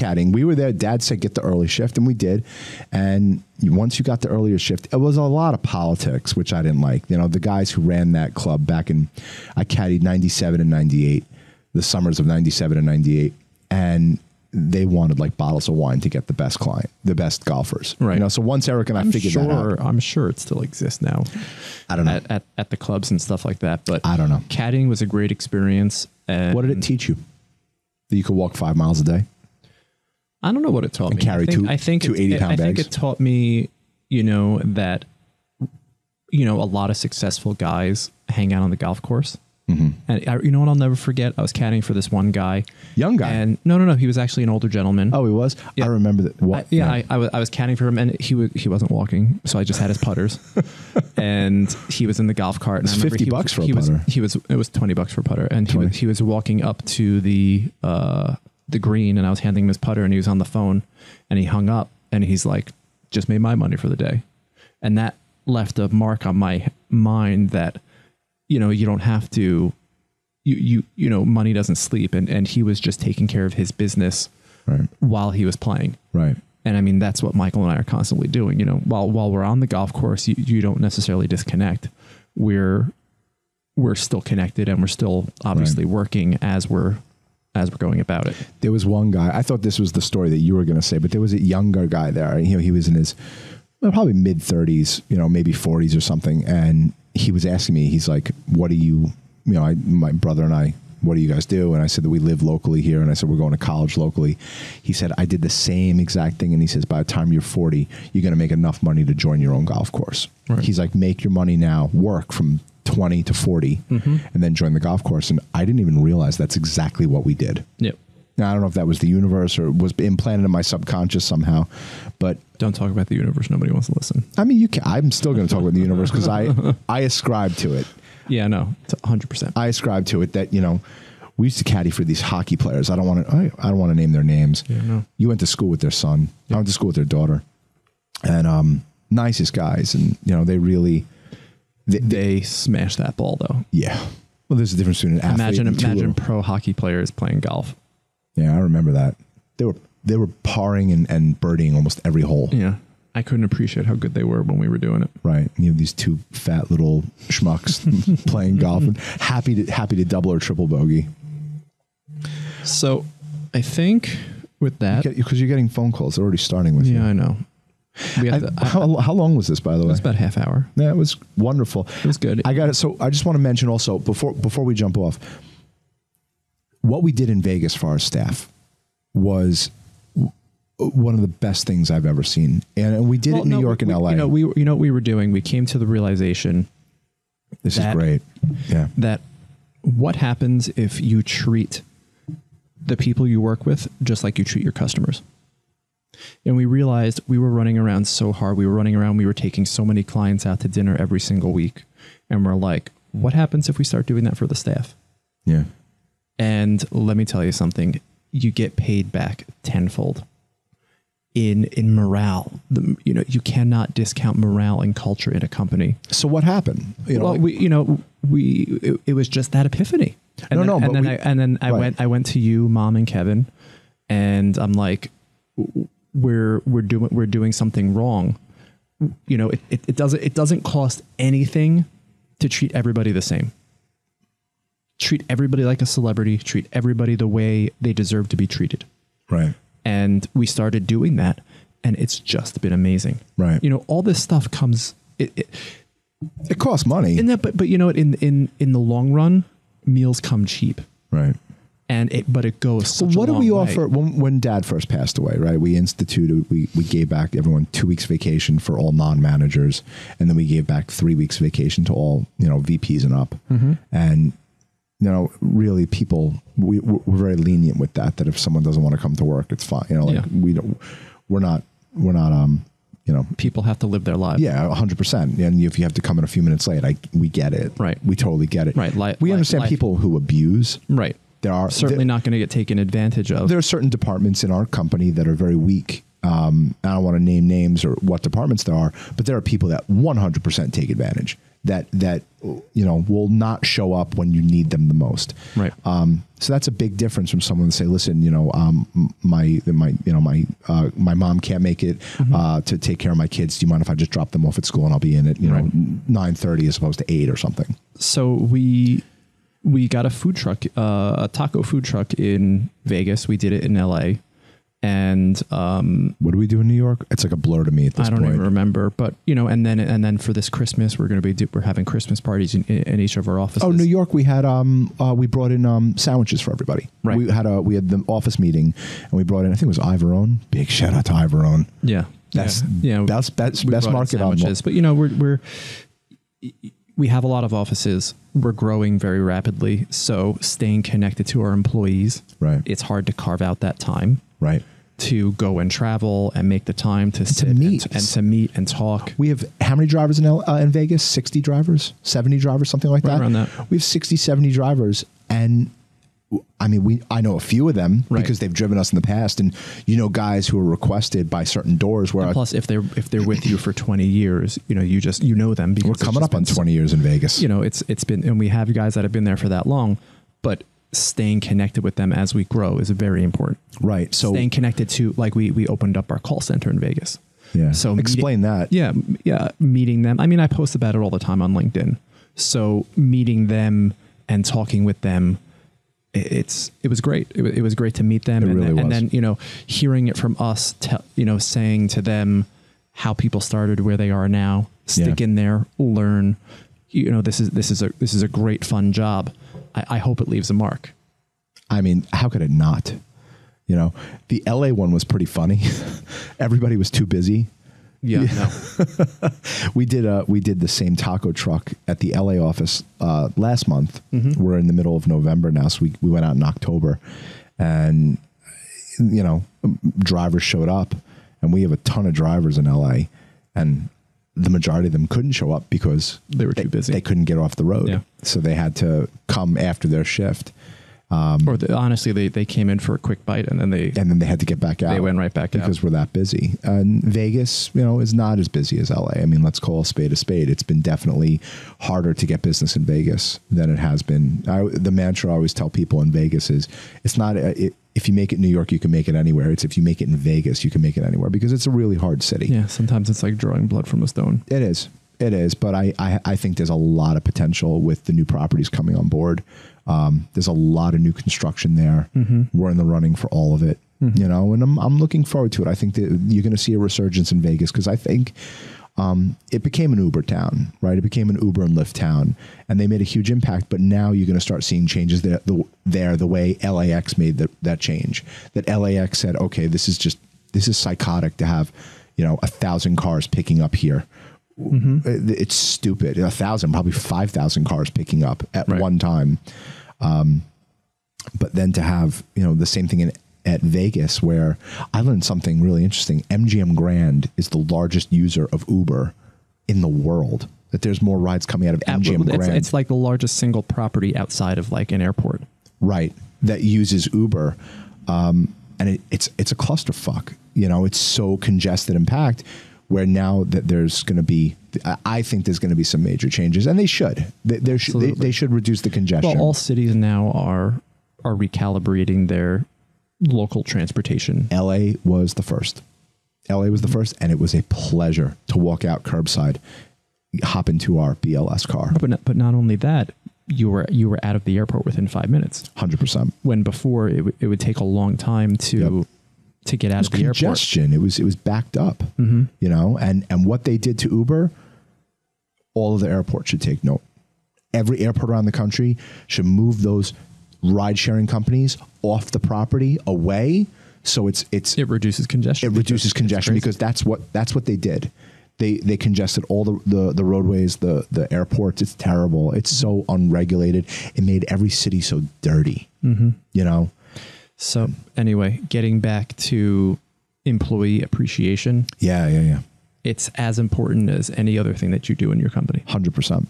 Speaker 2: caddying. We were there. Dad said get the early shift, and we did. And you- once you got the earlier shift, it was a lot of politics, which I didn't like. You know, the guys who ran that club back in, I caddied ninety seven and ninety eight, the summers of ninety seven and ninety eight, and they wanted like bottles of wine to get the best client, the best golfers.
Speaker 1: Right.
Speaker 2: You know, so once Eric and I
Speaker 1: I'm
Speaker 2: figured that out,
Speaker 1: sure. I'm sure it still exists now.
Speaker 2: I don't know.
Speaker 1: at, at, at the clubs and stuff like that. But
Speaker 2: I don't know.
Speaker 1: Caddying was a great experience. And
Speaker 2: What did it teach you? That you could walk five miles a day.
Speaker 1: I don't know what it taught me.
Speaker 2: carry
Speaker 1: I think,
Speaker 2: two-
Speaker 1: I think
Speaker 2: two
Speaker 1: it-
Speaker 2: 80-pound
Speaker 1: I think
Speaker 2: bags?
Speaker 1: it taught me, you know, that you know a lot of successful guys hang out on the golf course. And I, you know what? I'll never forget. I was caddying for this one guy,
Speaker 2: Young guy.
Speaker 1: and no, no, no. He was actually an older gentleman.
Speaker 2: Oh, he was. I remember that. What?
Speaker 1: I, yeah, I, I, was, I was caddying for him, and he was he wasn't walking, so I just had his putters, and he was in the golf cart. And I
Speaker 2: It's
Speaker 1: remember
Speaker 2: 50
Speaker 1: he was-
Speaker 2: bucks for a
Speaker 1: he was-
Speaker 2: putter.
Speaker 1: he was it was twenty bucks for a putter, and he was, he was walking up to the uh, the green, and I was handing him his putter, and he was on the phone, and he hung up, and he's like, "Just made my money for the day," and that left a mark on my mind that you know you don't have to you you you know money doesn't sleep and and he was just taking care of his business
Speaker 2: right.
Speaker 1: while he was playing
Speaker 2: Right.
Speaker 1: and I mean, that's what Michael and I are constantly doing. You know, while while we're on the golf course, you, you don't necessarily disconnect. We're we're still connected and we're still obviously working as we're as we're going about it.
Speaker 2: There was one guy. I thought this was the story that you were going to say, but there was a younger guy there. You know, he was in his well, probably mid thirties, you know, maybe forties or something. And he was asking me, he's like, "What do you, you know, I, my brother and I, what do you guys do?" And I said that we live locally here, and I said we're going to college locally. He said I did the same exact thing, and he says by the time you're forty, you're going to make enough money to join your own golf course.
Speaker 1: Right.
Speaker 2: He's like, make your money now, work from. 20 to 40 and then join the golf course and i didn't even realize that's exactly what we did
Speaker 1: Yep.
Speaker 2: now, I don't know if that was the universe or was implanted in my subconscious somehow, but
Speaker 1: Don't talk about the universe. Nobody wants to listen.
Speaker 2: I mean, you can, I'm still going to talk about the universe because I I ascribe to it.
Speaker 1: Yeah, no, it's 100%.
Speaker 2: I ascribe to it that you know we used to caddy for these hockey players. I don't want to I, I don't want to name their names.
Speaker 1: Yeah, no.
Speaker 2: You went to school with their son. I went to school with their daughter, and um, nicest guys, and you know they really
Speaker 1: they smash that ball, though.
Speaker 2: yeah. Well, there's a difference between an athlete.
Speaker 1: Imagine,
Speaker 2: and two
Speaker 1: imagine
Speaker 2: little-
Speaker 1: pro hockey players playing golf.
Speaker 2: Yeah, I remember that. They were they were parring and, and birdieing almost every hole.
Speaker 1: Yeah. I couldn't appreciate how good they were when we were doing it.
Speaker 2: Right. And you have these two fat little schmucks playing golf and happy to happy to double or triple bogey.
Speaker 1: So I think with that,
Speaker 2: Because you're getting phone calls. They're already starting with
Speaker 1: yeah, I know. We
Speaker 2: you.
Speaker 1: had
Speaker 2: I-
Speaker 1: the,
Speaker 2: how, how long was this, by the way?
Speaker 1: it's about half hour.
Speaker 2: That was wonderful.
Speaker 1: It was good.
Speaker 2: I got it. So I just want to mention also before before we jump off, what we did in Vegas for our staff was w- one of the best things I've ever seen, and, and we did it
Speaker 1: Well,
Speaker 2: in New
Speaker 1: no,
Speaker 2: York
Speaker 1: we-
Speaker 2: and
Speaker 1: we-
Speaker 2: L.A.
Speaker 1: You know, we you know what we were doing. We came to the realization
Speaker 2: this is
Speaker 1: that-
Speaker 2: great. Yeah,
Speaker 1: that what happens if you treat the people you work with just like you treat your customers. And we realized we were running around so hard. We were running around. We were taking so many clients out to dinner every single week, and we're like, what happens if we start doing that for the staff?
Speaker 2: yeah.
Speaker 1: And let me tell you something, you get paid back tenfold in in morale. The, you know, you cannot discount morale and culture in a company.
Speaker 2: So what happened? You know,
Speaker 1: well,
Speaker 2: like-
Speaker 1: we you know, we it, it was just that epiphany. And
Speaker 2: No,
Speaker 1: then,
Speaker 2: no,
Speaker 1: and
Speaker 2: but
Speaker 1: then
Speaker 2: we-
Speaker 1: I and then I
Speaker 2: right.
Speaker 1: went I went to you, mom and Kevin, and I'm like w- we're we're doing we're doing something wrong. You know, it, it, it doesn't it doesn't cost anything to treat everybody the same treat everybody like a celebrity, treat everybody the way they deserve to be treated.
Speaker 2: right,
Speaker 1: And we started doing that, and it's just been amazing.
Speaker 2: right.
Speaker 1: You know, all this stuff comes it, it,
Speaker 2: It costs money.
Speaker 1: in that, but but you know what? In in in the long run, meals come cheap,
Speaker 2: right.
Speaker 1: and it but it goes.
Speaker 2: So
Speaker 1: such a
Speaker 2: what do
Speaker 1: long
Speaker 2: we
Speaker 1: way.
Speaker 2: offer when, when dad first passed away, right? We instituted, we, we gave back everyone two weeks vacation for all non-managers. And then we gave back three weeks vacation to all, you know, VPs and up.
Speaker 1: Mm-hmm.
Speaker 2: And, you know, really people, we, we're we're very lenient with that, that if someone doesn't want to come to work, it's fine. You know, like
Speaker 1: Yeah.
Speaker 2: we don't, we're not, we're not, um, you know,
Speaker 1: People have to live their lives.
Speaker 2: yeah, hundred percent. And if you have to come in a few minutes late, I we get it.
Speaker 1: Right.
Speaker 2: we totally get it.
Speaker 1: Right, li-
Speaker 2: we
Speaker 1: li-
Speaker 2: understand
Speaker 1: life-
Speaker 2: people who abuse.
Speaker 1: right.
Speaker 2: There are
Speaker 1: Certainly not going to get taken advantage of.
Speaker 2: there are certain departments in our company that are very weak. Um, I don't want to name names or what departments there are, but there are people that 100% take advantage that that you know will not show up when you need them the most.
Speaker 1: Right.
Speaker 2: Um, so that's a big difference from someone to say, listen, you know, um, m- my my you know my uh, my mom can't make it uh, to take care of my kids. Do you mind if I just drop them off at school and I'll be in at you know
Speaker 1: Right.
Speaker 2: 9:30 as opposed to eight or something?
Speaker 1: so we we got a food truck, uh, a taco food truck in Vegas. We did it in L.A. And um,
Speaker 2: What do we do in New York? It's like a blur to me at this
Speaker 1: I don't
Speaker 2: point.
Speaker 1: even remember, but you know, and then and then for this Christmas, we're going to be do, we're having Christmas parties in, in each of our offices.
Speaker 2: Oh, New York, we had um, uh, we brought in um, sandwiches for everybody.
Speaker 1: Right.
Speaker 2: We had a we had the office meeting, and we brought in. I think it was Ivorone. Big shout out to Ivorone.
Speaker 1: Yeah,
Speaker 2: That's
Speaker 1: yeah,
Speaker 2: best
Speaker 1: Oh,
Speaker 2: best
Speaker 1: we brought
Speaker 2: best
Speaker 1: in
Speaker 2: market on
Speaker 1: sandwiches, but you know, we're we're we have a lot of offices. We're growing very rapidly, so staying connected to our employees.
Speaker 2: Right.
Speaker 1: it's hard to carve out that time
Speaker 2: right.
Speaker 1: to go and travel and make the time to sit
Speaker 2: meet.
Speaker 1: and, and to meet and talk.
Speaker 2: We have how many drivers in L, uh, in Vegas? Sixty drivers, seventy drivers, something like
Speaker 1: Right
Speaker 2: that.
Speaker 1: around that.
Speaker 2: We have 60, 70 drivers, and w- I mean, we I know a few of them
Speaker 1: Right.
Speaker 2: because they've driven us in the past, and you know, guys who are requested by certain doors where.
Speaker 1: Plus, if they're if they're with you for twenty years, you know, you just you know them because
Speaker 2: we're
Speaker 1: it's
Speaker 2: coming
Speaker 1: just
Speaker 2: up on
Speaker 1: been so-
Speaker 2: 20 years in Vegas.
Speaker 1: you know, it's it's been, and we have guys that have been there for that long, but staying connected with them as we grow is very important.
Speaker 2: right. So
Speaker 1: staying connected to, like we we opened up our call center in Vegas.
Speaker 2: yeah.
Speaker 1: So meet-
Speaker 2: explain that.
Speaker 1: Yeah, m- yeah, meeting them. I mean, I post about it all the time on LinkedIn. So meeting them and talking with them it- it's it was great. It, wa- it was great to meet them,
Speaker 2: It
Speaker 1: and,
Speaker 2: really
Speaker 1: then,
Speaker 2: was.
Speaker 1: and then you know hearing it from us, te- you know, saying to them how people started, where they are now, stick
Speaker 2: Yeah.
Speaker 1: in there, learn. You know, this is this is a this is a great fun job. I, I hope it leaves a mark.
Speaker 2: I mean, how could it not? You know, the LA one was pretty funny. Everybody was too busy.
Speaker 1: Yeah, no.
Speaker 2: We did uh we did the same taco truck at the LA office uh, last month.
Speaker 1: Mm-hmm.
Speaker 2: We're in the middle of November now, so we, we went out in October, and you know, drivers showed up, and we have a ton of drivers in LA, and the majority of them couldn't show up because
Speaker 1: They were too busy.
Speaker 2: They couldn't get off the road,
Speaker 1: Yeah.
Speaker 2: so they had to come after their shift,
Speaker 1: or the, honestly, they they came in for a quick bite and then they
Speaker 2: and then they had to get back out.
Speaker 1: they went right back out.
Speaker 2: because we're that busy. And Vegas, you know, is not as busy as LA. I mean, let's call a spade a spade. It's been definitely harder to get business in Vegas than it has been. I, the mantra I always tell people in Vegas is it's not uh it, if you make it in New York, you can make it anywhere. It's if you make it in Vegas, you can make it anywhere because it's a really hard city.
Speaker 1: yeah, sometimes it's like drawing blood from a stone.
Speaker 2: It is. It is. But I, I, I think there's a lot of potential with the new properties coming on board. Um, there's a lot of new construction there. We're in the running for all of it, you know, and I'm, I'm looking forward to it. I think that you're going to see a resurgence in Vegas because I think um, it became an Uber town, right? It became an Uber and Lyft town, and they made a huge impact. But now you're going to start seeing changes there the, there, the way LAX made the, that change. That LAX said, okay, this is just, this is psychotic to have, you know, a thousand cars picking up here it- it's stupid. A thousand, probably five thousand cars picking up at
Speaker 1: Right.
Speaker 2: one time. Um, but then to have you know the same thing in at Vegas, where I learned something really interesting. MGM Grand is the largest user of Uber in the world. That there's more rides coming out of MGM
Speaker 1: it's,
Speaker 2: Grand,
Speaker 1: it's like the largest single property outside of like an airport.
Speaker 2: right? That uses Uber, um, and it, it's it's a clusterfuck. You know, it's so congested and packed. Where now that there's going to be, I- I think there's going to be some major changes, and they should. They, there should they,
Speaker 1: Absolutely.
Speaker 2: they should reduce the congestion.
Speaker 1: Well, all cities now are are recalibrating their local transportation.
Speaker 2: LA was the first. LA was the first, and it was a pleasure to walk out curbside, hop into our BLS car.
Speaker 1: But not, but not only that, you were you were out of the airport within five minutes.
Speaker 2: Hundred percent.
Speaker 1: When before it, w- it would take a long time to to get out of the airport. Mm-hmm.
Speaker 2: congestion. It was it was backed up. You know, and and what they did to Uber, all of the airports should take note. Every airport around the country should move those ride sharing companies off the property away. So it's it's
Speaker 1: It reduces congestion.
Speaker 2: it reduces congestion because that's what that's what they did. They they congested all the the, the roadways, the the airports. It's terrible. It's so unregulated. It made every city so dirty. Mm-hmm. You know,
Speaker 1: So anyway, getting back to employee appreciation,
Speaker 2: yeah, yeah, yeah,
Speaker 1: it's as important as any other thing that you do in your company.
Speaker 2: hundred percent,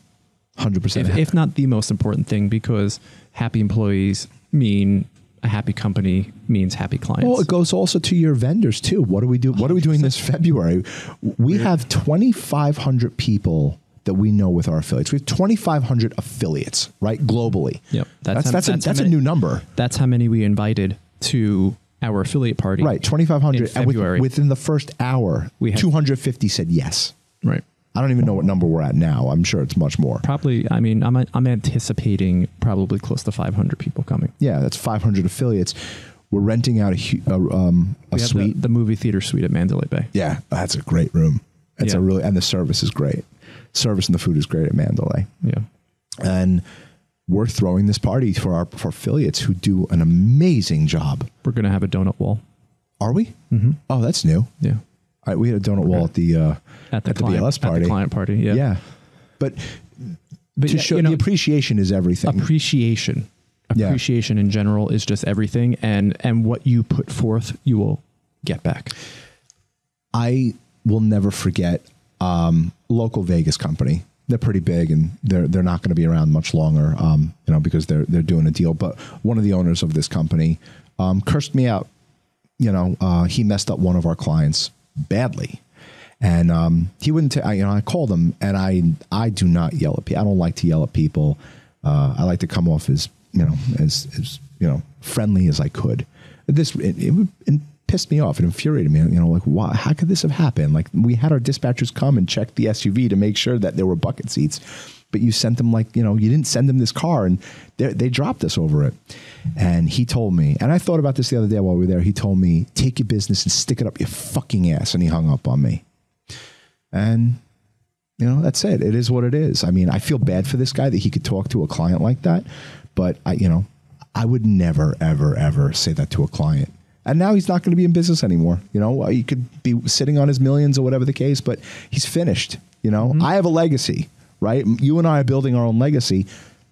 Speaker 2: hundred percent.
Speaker 1: if, if not the most important thing, because happy employees mean a happy company means happy clients.
Speaker 2: Well, Oh, it goes also to your vendors too. What do we do? What are we doing this February? We have twenty five hundred people that we know with our affiliates. We have twenty five hundred affiliates, right, globally.
Speaker 1: Yep.
Speaker 2: that's
Speaker 1: That's how-
Speaker 2: that's,
Speaker 1: that's
Speaker 2: a,
Speaker 1: how
Speaker 2: that's a
Speaker 1: many-
Speaker 2: new number.
Speaker 1: That's how many we invited to our affiliate party.
Speaker 2: Right, 2,500.
Speaker 1: In
Speaker 2: And with-
Speaker 1: February.
Speaker 2: within the first hour,
Speaker 1: We had-
Speaker 2: 250 said yes.
Speaker 1: Right.
Speaker 2: I don't even know what number we're at now. I'm sure it's much more.
Speaker 1: Probably. I mean, I'm I'm anticipating probably close to 500 people coming.
Speaker 2: Yeah, that's 500 affiliates. We're renting out a, hu- a, um, a
Speaker 1: We have the-
Speaker 2: suite.
Speaker 1: the, movie theater suite at Mandalay Bay.
Speaker 2: yeah, that's a great room. It's a
Speaker 1: Yeah.
Speaker 2: really, and the service is great. Service and the food is great at Mandalay.
Speaker 1: Yeah.
Speaker 2: And we're throwing this party for our for affiliates who do an amazing job.
Speaker 1: We're gonna have a donut wall.
Speaker 2: Are we? Mm-hmm. Oh, that's new.
Speaker 1: Yeah.
Speaker 2: All right, we had a donut wall at the uh,
Speaker 1: At the, client,
Speaker 2: BLS
Speaker 1: At
Speaker 2: party.
Speaker 1: the client party. Yeah.
Speaker 2: yeah. but
Speaker 1: But
Speaker 2: to
Speaker 1: yeah,
Speaker 2: show
Speaker 1: you know,
Speaker 2: the appreciation is everything.
Speaker 1: appreciation
Speaker 2: Yeah.
Speaker 1: appreciation in general is just everything and and what you put forth you will get back
Speaker 2: I will never forget um, local Vegas company. They're pretty big and they're they're not going to be around much longer, um, you know, because they're they're doing a deal. But one of the owners of this company um, cursed me out. You know, uh, he messed up one of our clients badly, and um, he wouldn't. ta- I you know, I called him, and I I do not yell at people. I don't like to yell at people. Uh, I like to come off as you know as as you know friendly as I could. This it, it, would- it pissed me off. It infuriated me. You know, like why? How could this have happened? Like we had our dispatchers come and check the SUV to make sure that there were bucket seats. but you sent them like you know you didn't send them this car and they they dropped us over it and he told me and i thought about this the other day while we were there he told me take your business and stick it up your fucking ass and he hung up on me and you know that's it it is what it is i mean i feel bad for this guy that he could talk to a client like that but i you know i would never ever ever say that to a client and now he's not going to be in business anymore you know he could be sitting on his millions or whatever the case but he's finished you know i have a legacy right you and i are building our own legacy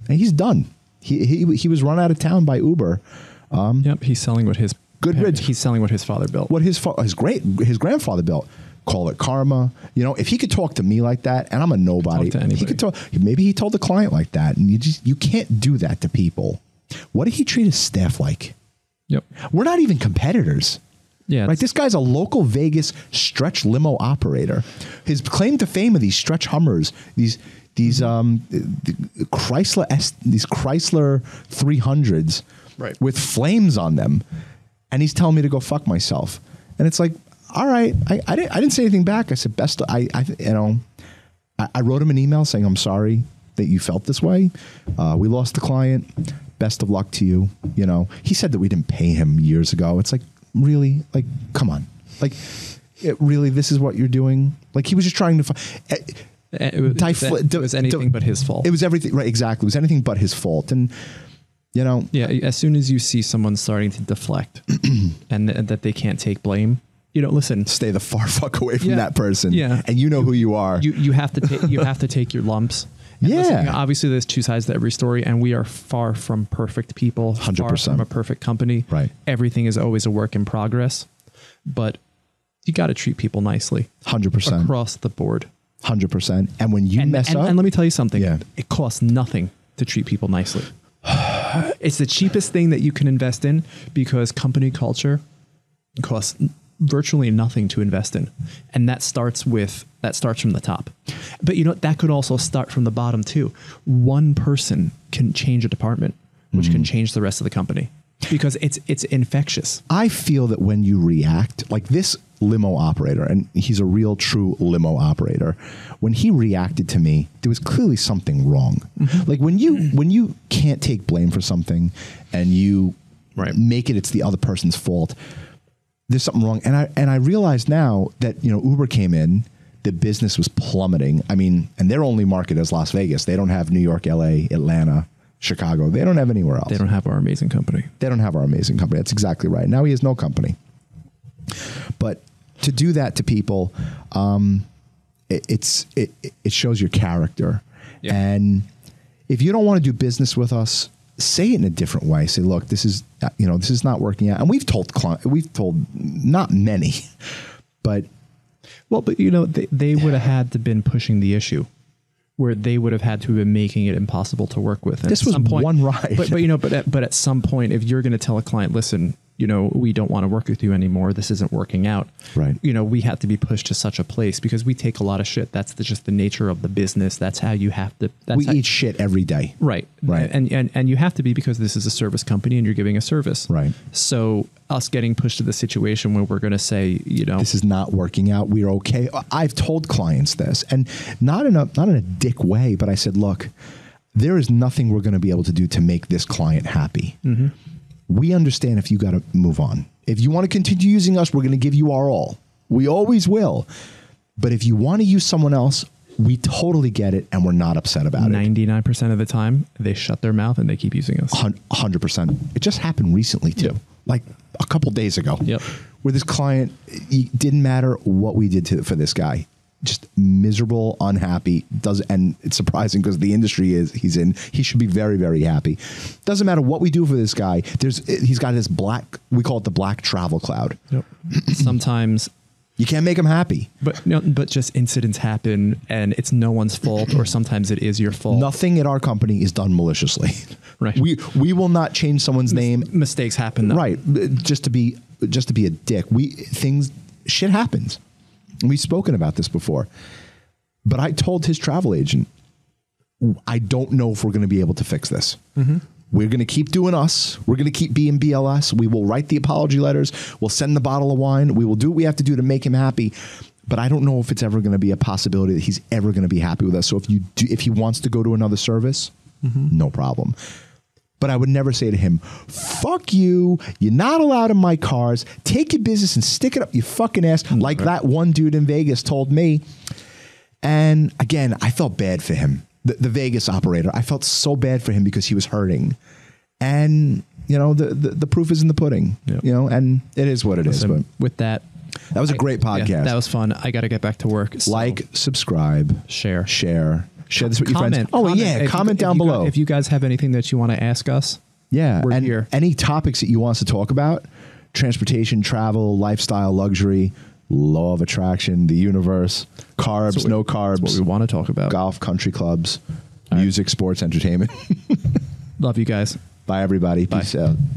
Speaker 2: and he's done he he, he was run out of town by uber
Speaker 1: Yep, he's selling what his
Speaker 2: Um, Good
Speaker 1: par-
Speaker 2: riddance.
Speaker 1: He's selling what his father built.
Speaker 2: what his fa- his great his grandfather built. Call it karma. You know, if he could talk to me like that, and I'm a nobody,
Speaker 1: Talk to anybody.
Speaker 2: he could talk. Maybe he told the client like that, and you just you can't do that to people. What did he treat his staff like?
Speaker 1: Yep.
Speaker 2: We're not even competitors.
Speaker 1: Yeah.
Speaker 2: Right, this guy's a local Vegas stretch limo operator. His claim to fame are these stretch Hummers, these these
Speaker 1: Mm-hmm.
Speaker 2: um, th- th- Chrysler S, these Chrysler 300s,
Speaker 1: Right.
Speaker 2: with flames on them, and he's telling me to go fuck myself. And it's like, all right, I, I didn't I didn't say anything back. I said best, I, I you know, I, I wrote him an email saying I'm sorry that you felt this way. Uh, we lost the client. Best of luck to you. You know, he said that we didn't pay him years ago. It's like really, like come on, like it, really, this is what you're doing. Like he was just trying to. Fi-
Speaker 1: Eh, it was,
Speaker 2: Difl-
Speaker 1: it was anything
Speaker 2: d-
Speaker 1: but his fault.
Speaker 2: it was everything right. Exactly, it was anything but his fault. And you know,
Speaker 1: yeah. As soon as you see someone starting to deflect and, th- and that they can't take blame, you know, listen.
Speaker 2: stay the far fuck away from
Speaker 1: Yeah.
Speaker 2: that person.
Speaker 1: Yeah.
Speaker 2: and you know who you are.
Speaker 1: You you have to take you have to take your lumps. And
Speaker 2: Yeah.
Speaker 1: listen, you know, obviously, there's two sides to every story, and we are far from perfect people. Far
Speaker 2: 100%.
Speaker 1: from a perfect company.
Speaker 2: Right.
Speaker 1: Everything is always a work in progress, but you got to treat people nicely
Speaker 2: Hundred percent,
Speaker 1: across the board.
Speaker 2: hundred percent. And when you
Speaker 1: and,
Speaker 2: mess
Speaker 1: and-
Speaker 2: up,
Speaker 1: and let me tell you something.
Speaker 2: Yeah.
Speaker 1: It costs nothing to treat people nicely. it's the cheapest thing that you can invest in because company culture costs n- virtually nothing to invest in. And that starts with that starts from the top. But you know that could also start from the bottom too. One person can change a department, which
Speaker 2: Mm.
Speaker 1: can change the rest of the company. Because it's it's infectious.
Speaker 2: I feel that when you react, like this limo operator, and he's a real true limo operator, when he reacted to me, there was clearly something wrong. Like when you when you can't take blame for something and you
Speaker 1: Right.
Speaker 2: make it it's the other person's fault, there's something wrong. And I and I realize now that, you know, Uber came in, the business was plummeting. I mean, and their only market is Las Vegas. They don't have New York, LA, Atlanta, Chicago. They don't have anywhere else
Speaker 1: They don't have our amazing company.
Speaker 2: they don't have our amazing company. That's exactly right. Now he has no company. But to do that to people, um, it, it's it, it shows your character.
Speaker 1: Yeah.
Speaker 2: And if you don't want to do business with us, say it in a different way. Say, look, this is uh, you know this is not working out. And we've told cli- we've told not many, but
Speaker 1: Well, but you know, they, they would have had to been pushing the issue where they would have had to have been making it impossible to work with. And
Speaker 2: This
Speaker 1: at
Speaker 2: was
Speaker 1: some point,
Speaker 2: one ride.
Speaker 1: But, but you know, but at, but at some point, if you're going to tell a client, listen, you know, we don't want to work with you anymore. This isn't working out.
Speaker 2: Right.
Speaker 1: You know, we have to be pushed to such a place because we take a lot of shit. That's the, just the nature of the business. That's how you have to. That's
Speaker 2: we
Speaker 1: how,
Speaker 2: eat shit every day.
Speaker 1: Right.
Speaker 2: Right.
Speaker 1: And, and and you have to be because this is a service company and you're giving a service.
Speaker 2: Right.
Speaker 1: So us getting pushed to the situation where we're going to say, you know,
Speaker 2: this is not working out. We're okay. I've told clients this, and not in a not in a dick way, but I said, look, there is nothing we're going to be able to do to make this client happy. We understand if you got to move on. If you want to continue using us, we're going to give you our all. We always will. But if you want to use someone else, we totally get it, and we're not upset about it.
Speaker 1: 99% of the time they shut their mouth and they keep using us.
Speaker 2: Hun- 100%. It just happened recently, too,
Speaker 1: Yep.
Speaker 2: like a couple days ago.
Speaker 1: Yep.
Speaker 2: Where this client, it didn't matter what we did to, for this guy, just miserable, unhappy. Does and it's surprising because the industry is he's in, he should be very, very happy. Doesn't matter what we do for this guy. There's he's got this black. We call it the black travel cloud.
Speaker 1: Sometimes,
Speaker 2: You can't make him happy.
Speaker 1: but no, but just incidents happen, and it's no one's fault, or sometimes it is your fault.
Speaker 2: Nothing at our company is done maliciously.
Speaker 1: Right.
Speaker 2: We we will not change someone's name
Speaker 1: Mistakes happen, though.
Speaker 2: right b- just to be just to be a dick we things shit happens we've spoken about this before but i told his travel agent i don't know if we're going to be able to fix this we're going to keep doing us we're going to keep being bls we will write the apology letters we'll send the bottle of wine we will do what we have to do to make him happy But I don't know if it's ever going to be a possibility that he's ever going to be happy with us. So if you do, if he wants to go to another service, no problem. But I would never say to him, "Fuck you! You're not allowed in my cars. Take your business and stick it up your fucking ass," like that one dude in Vegas told me. And again, I felt bad for him, the, the Vegas operator. I felt so bad for him because he was hurting. And you know, the the, the proof is in the pudding.
Speaker 1: Yeah.
Speaker 2: You know, and it is what it is.
Speaker 1: So
Speaker 2: But
Speaker 1: with that,
Speaker 2: that was a
Speaker 1: I-
Speaker 2: great
Speaker 1: yeah,
Speaker 2: podcast.
Speaker 1: that was fun. I got to get back to work. so
Speaker 2: like, subscribe,
Speaker 1: share,
Speaker 2: share, share this with your
Speaker 1: comment.
Speaker 2: friends. Oh
Speaker 1: comment. If
Speaker 2: yeah,
Speaker 1: you-
Speaker 2: comment
Speaker 1: if you
Speaker 2: down
Speaker 1: got-
Speaker 2: below.
Speaker 1: if you guys have anything that you want to ask us.
Speaker 2: Yeah,
Speaker 1: We're
Speaker 2: and
Speaker 1: here.
Speaker 2: any topics that you want us to talk about: transportation, travel, lifestyle, luxury, law of attraction, the universe, carbs,
Speaker 1: That's what we-
Speaker 2: no
Speaker 1: What we
Speaker 2: carbs,
Speaker 1: want to talk about.
Speaker 2: golf, country clubs,
Speaker 1: All right.
Speaker 2: music, sports, entertainment.
Speaker 1: Love you guys.
Speaker 2: Bye, everybody.
Speaker 1: Bye.
Speaker 2: Peace out.